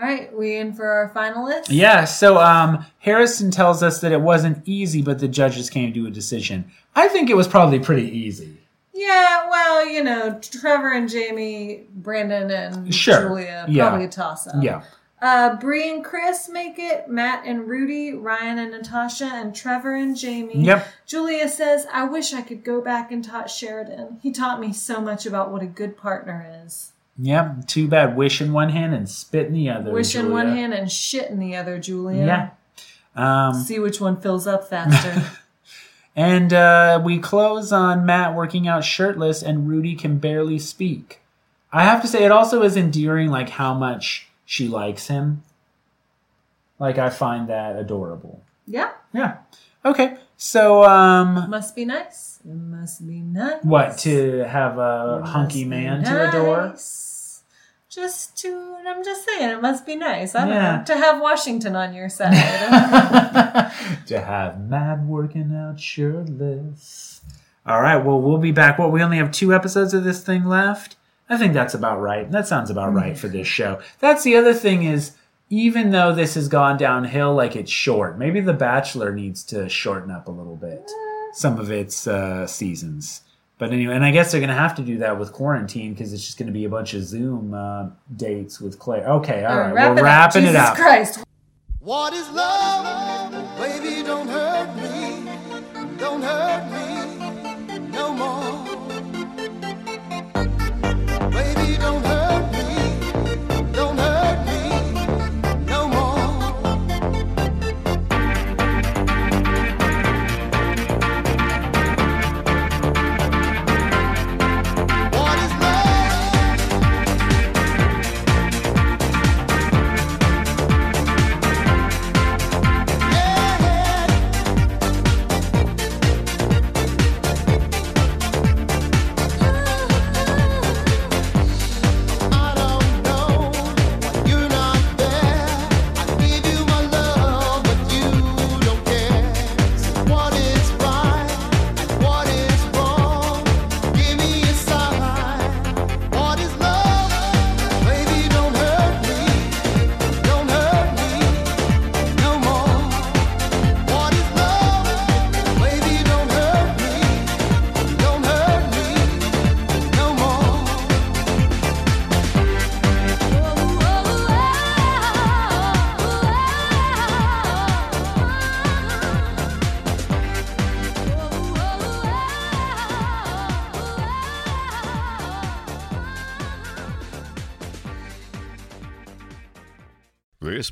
S2: All right, we in for our finalists?
S1: Yeah, so um, Harrison tells us that it wasn't easy, but the judges came to a decision. I think it was probably pretty easy.
S2: Yeah, well, you know, Trevor and Jamie, Brandon and
S1: Sure.
S2: Julia,
S1: Yeah.
S2: probably a toss up.
S1: Yeah.
S2: Uh, Bree and Chris make it. Matt and Rudy, Ryan and Natasha, and Trevor and Jamie.
S1: Yep.
S2: Julia says, "I wish I could go back and taught Sheridan. He taught me so much about what a good partner is.
S1: Yep. Too bad. Wish in one hand and spit in the other.
S2: Wish in
S1: Julia.
S2: one hand and shit in the other, Julia.
S1: Yeah. Um,
S2: See which one fills up faster.
S1: And uh, we close on Matt working out shirtless, and Rudy can barely speak. I have to say, it also is endearing, like how much she likes him. Like I find that adorable.
S2: yeah,
S1: Yeah. Okay. So, um,
S2: must be nice. It must be nice.
S1: what to have
S2: It
S1: a
S2: must
S1: hunky
S2: be
S1: man to adore?
S2: nice. Just to, I'm just saying, it must be nice. I don't
S1: Yeah.
S2: know to have Washington on your side.
S1: to have Matt working out shirtless. All right. Well, we'll be back. What we only have two episodes of this thing left. I think that's about right. That sounds about right for this show. That's the other thing is even though this has gone downhill, like it's short. Maybe The Bachelor needs to shorten up a little bit some of its uh, seasons. But anyway, and I guess they're going to have to do that with quarantine because it's just going to be a bunch of Zoom uh, dates with Claire. Okay, all
S2: All
S1: right,
S2: right, wrap
S1: we're wrapping it
S2: Jesus
S1: up.
S2: Christ.
S7: What is love? Baby, don't hurt me. Don't hurt me no more. Baby, don't hurt me. Don't hurt me no more. What is love? What
S8: This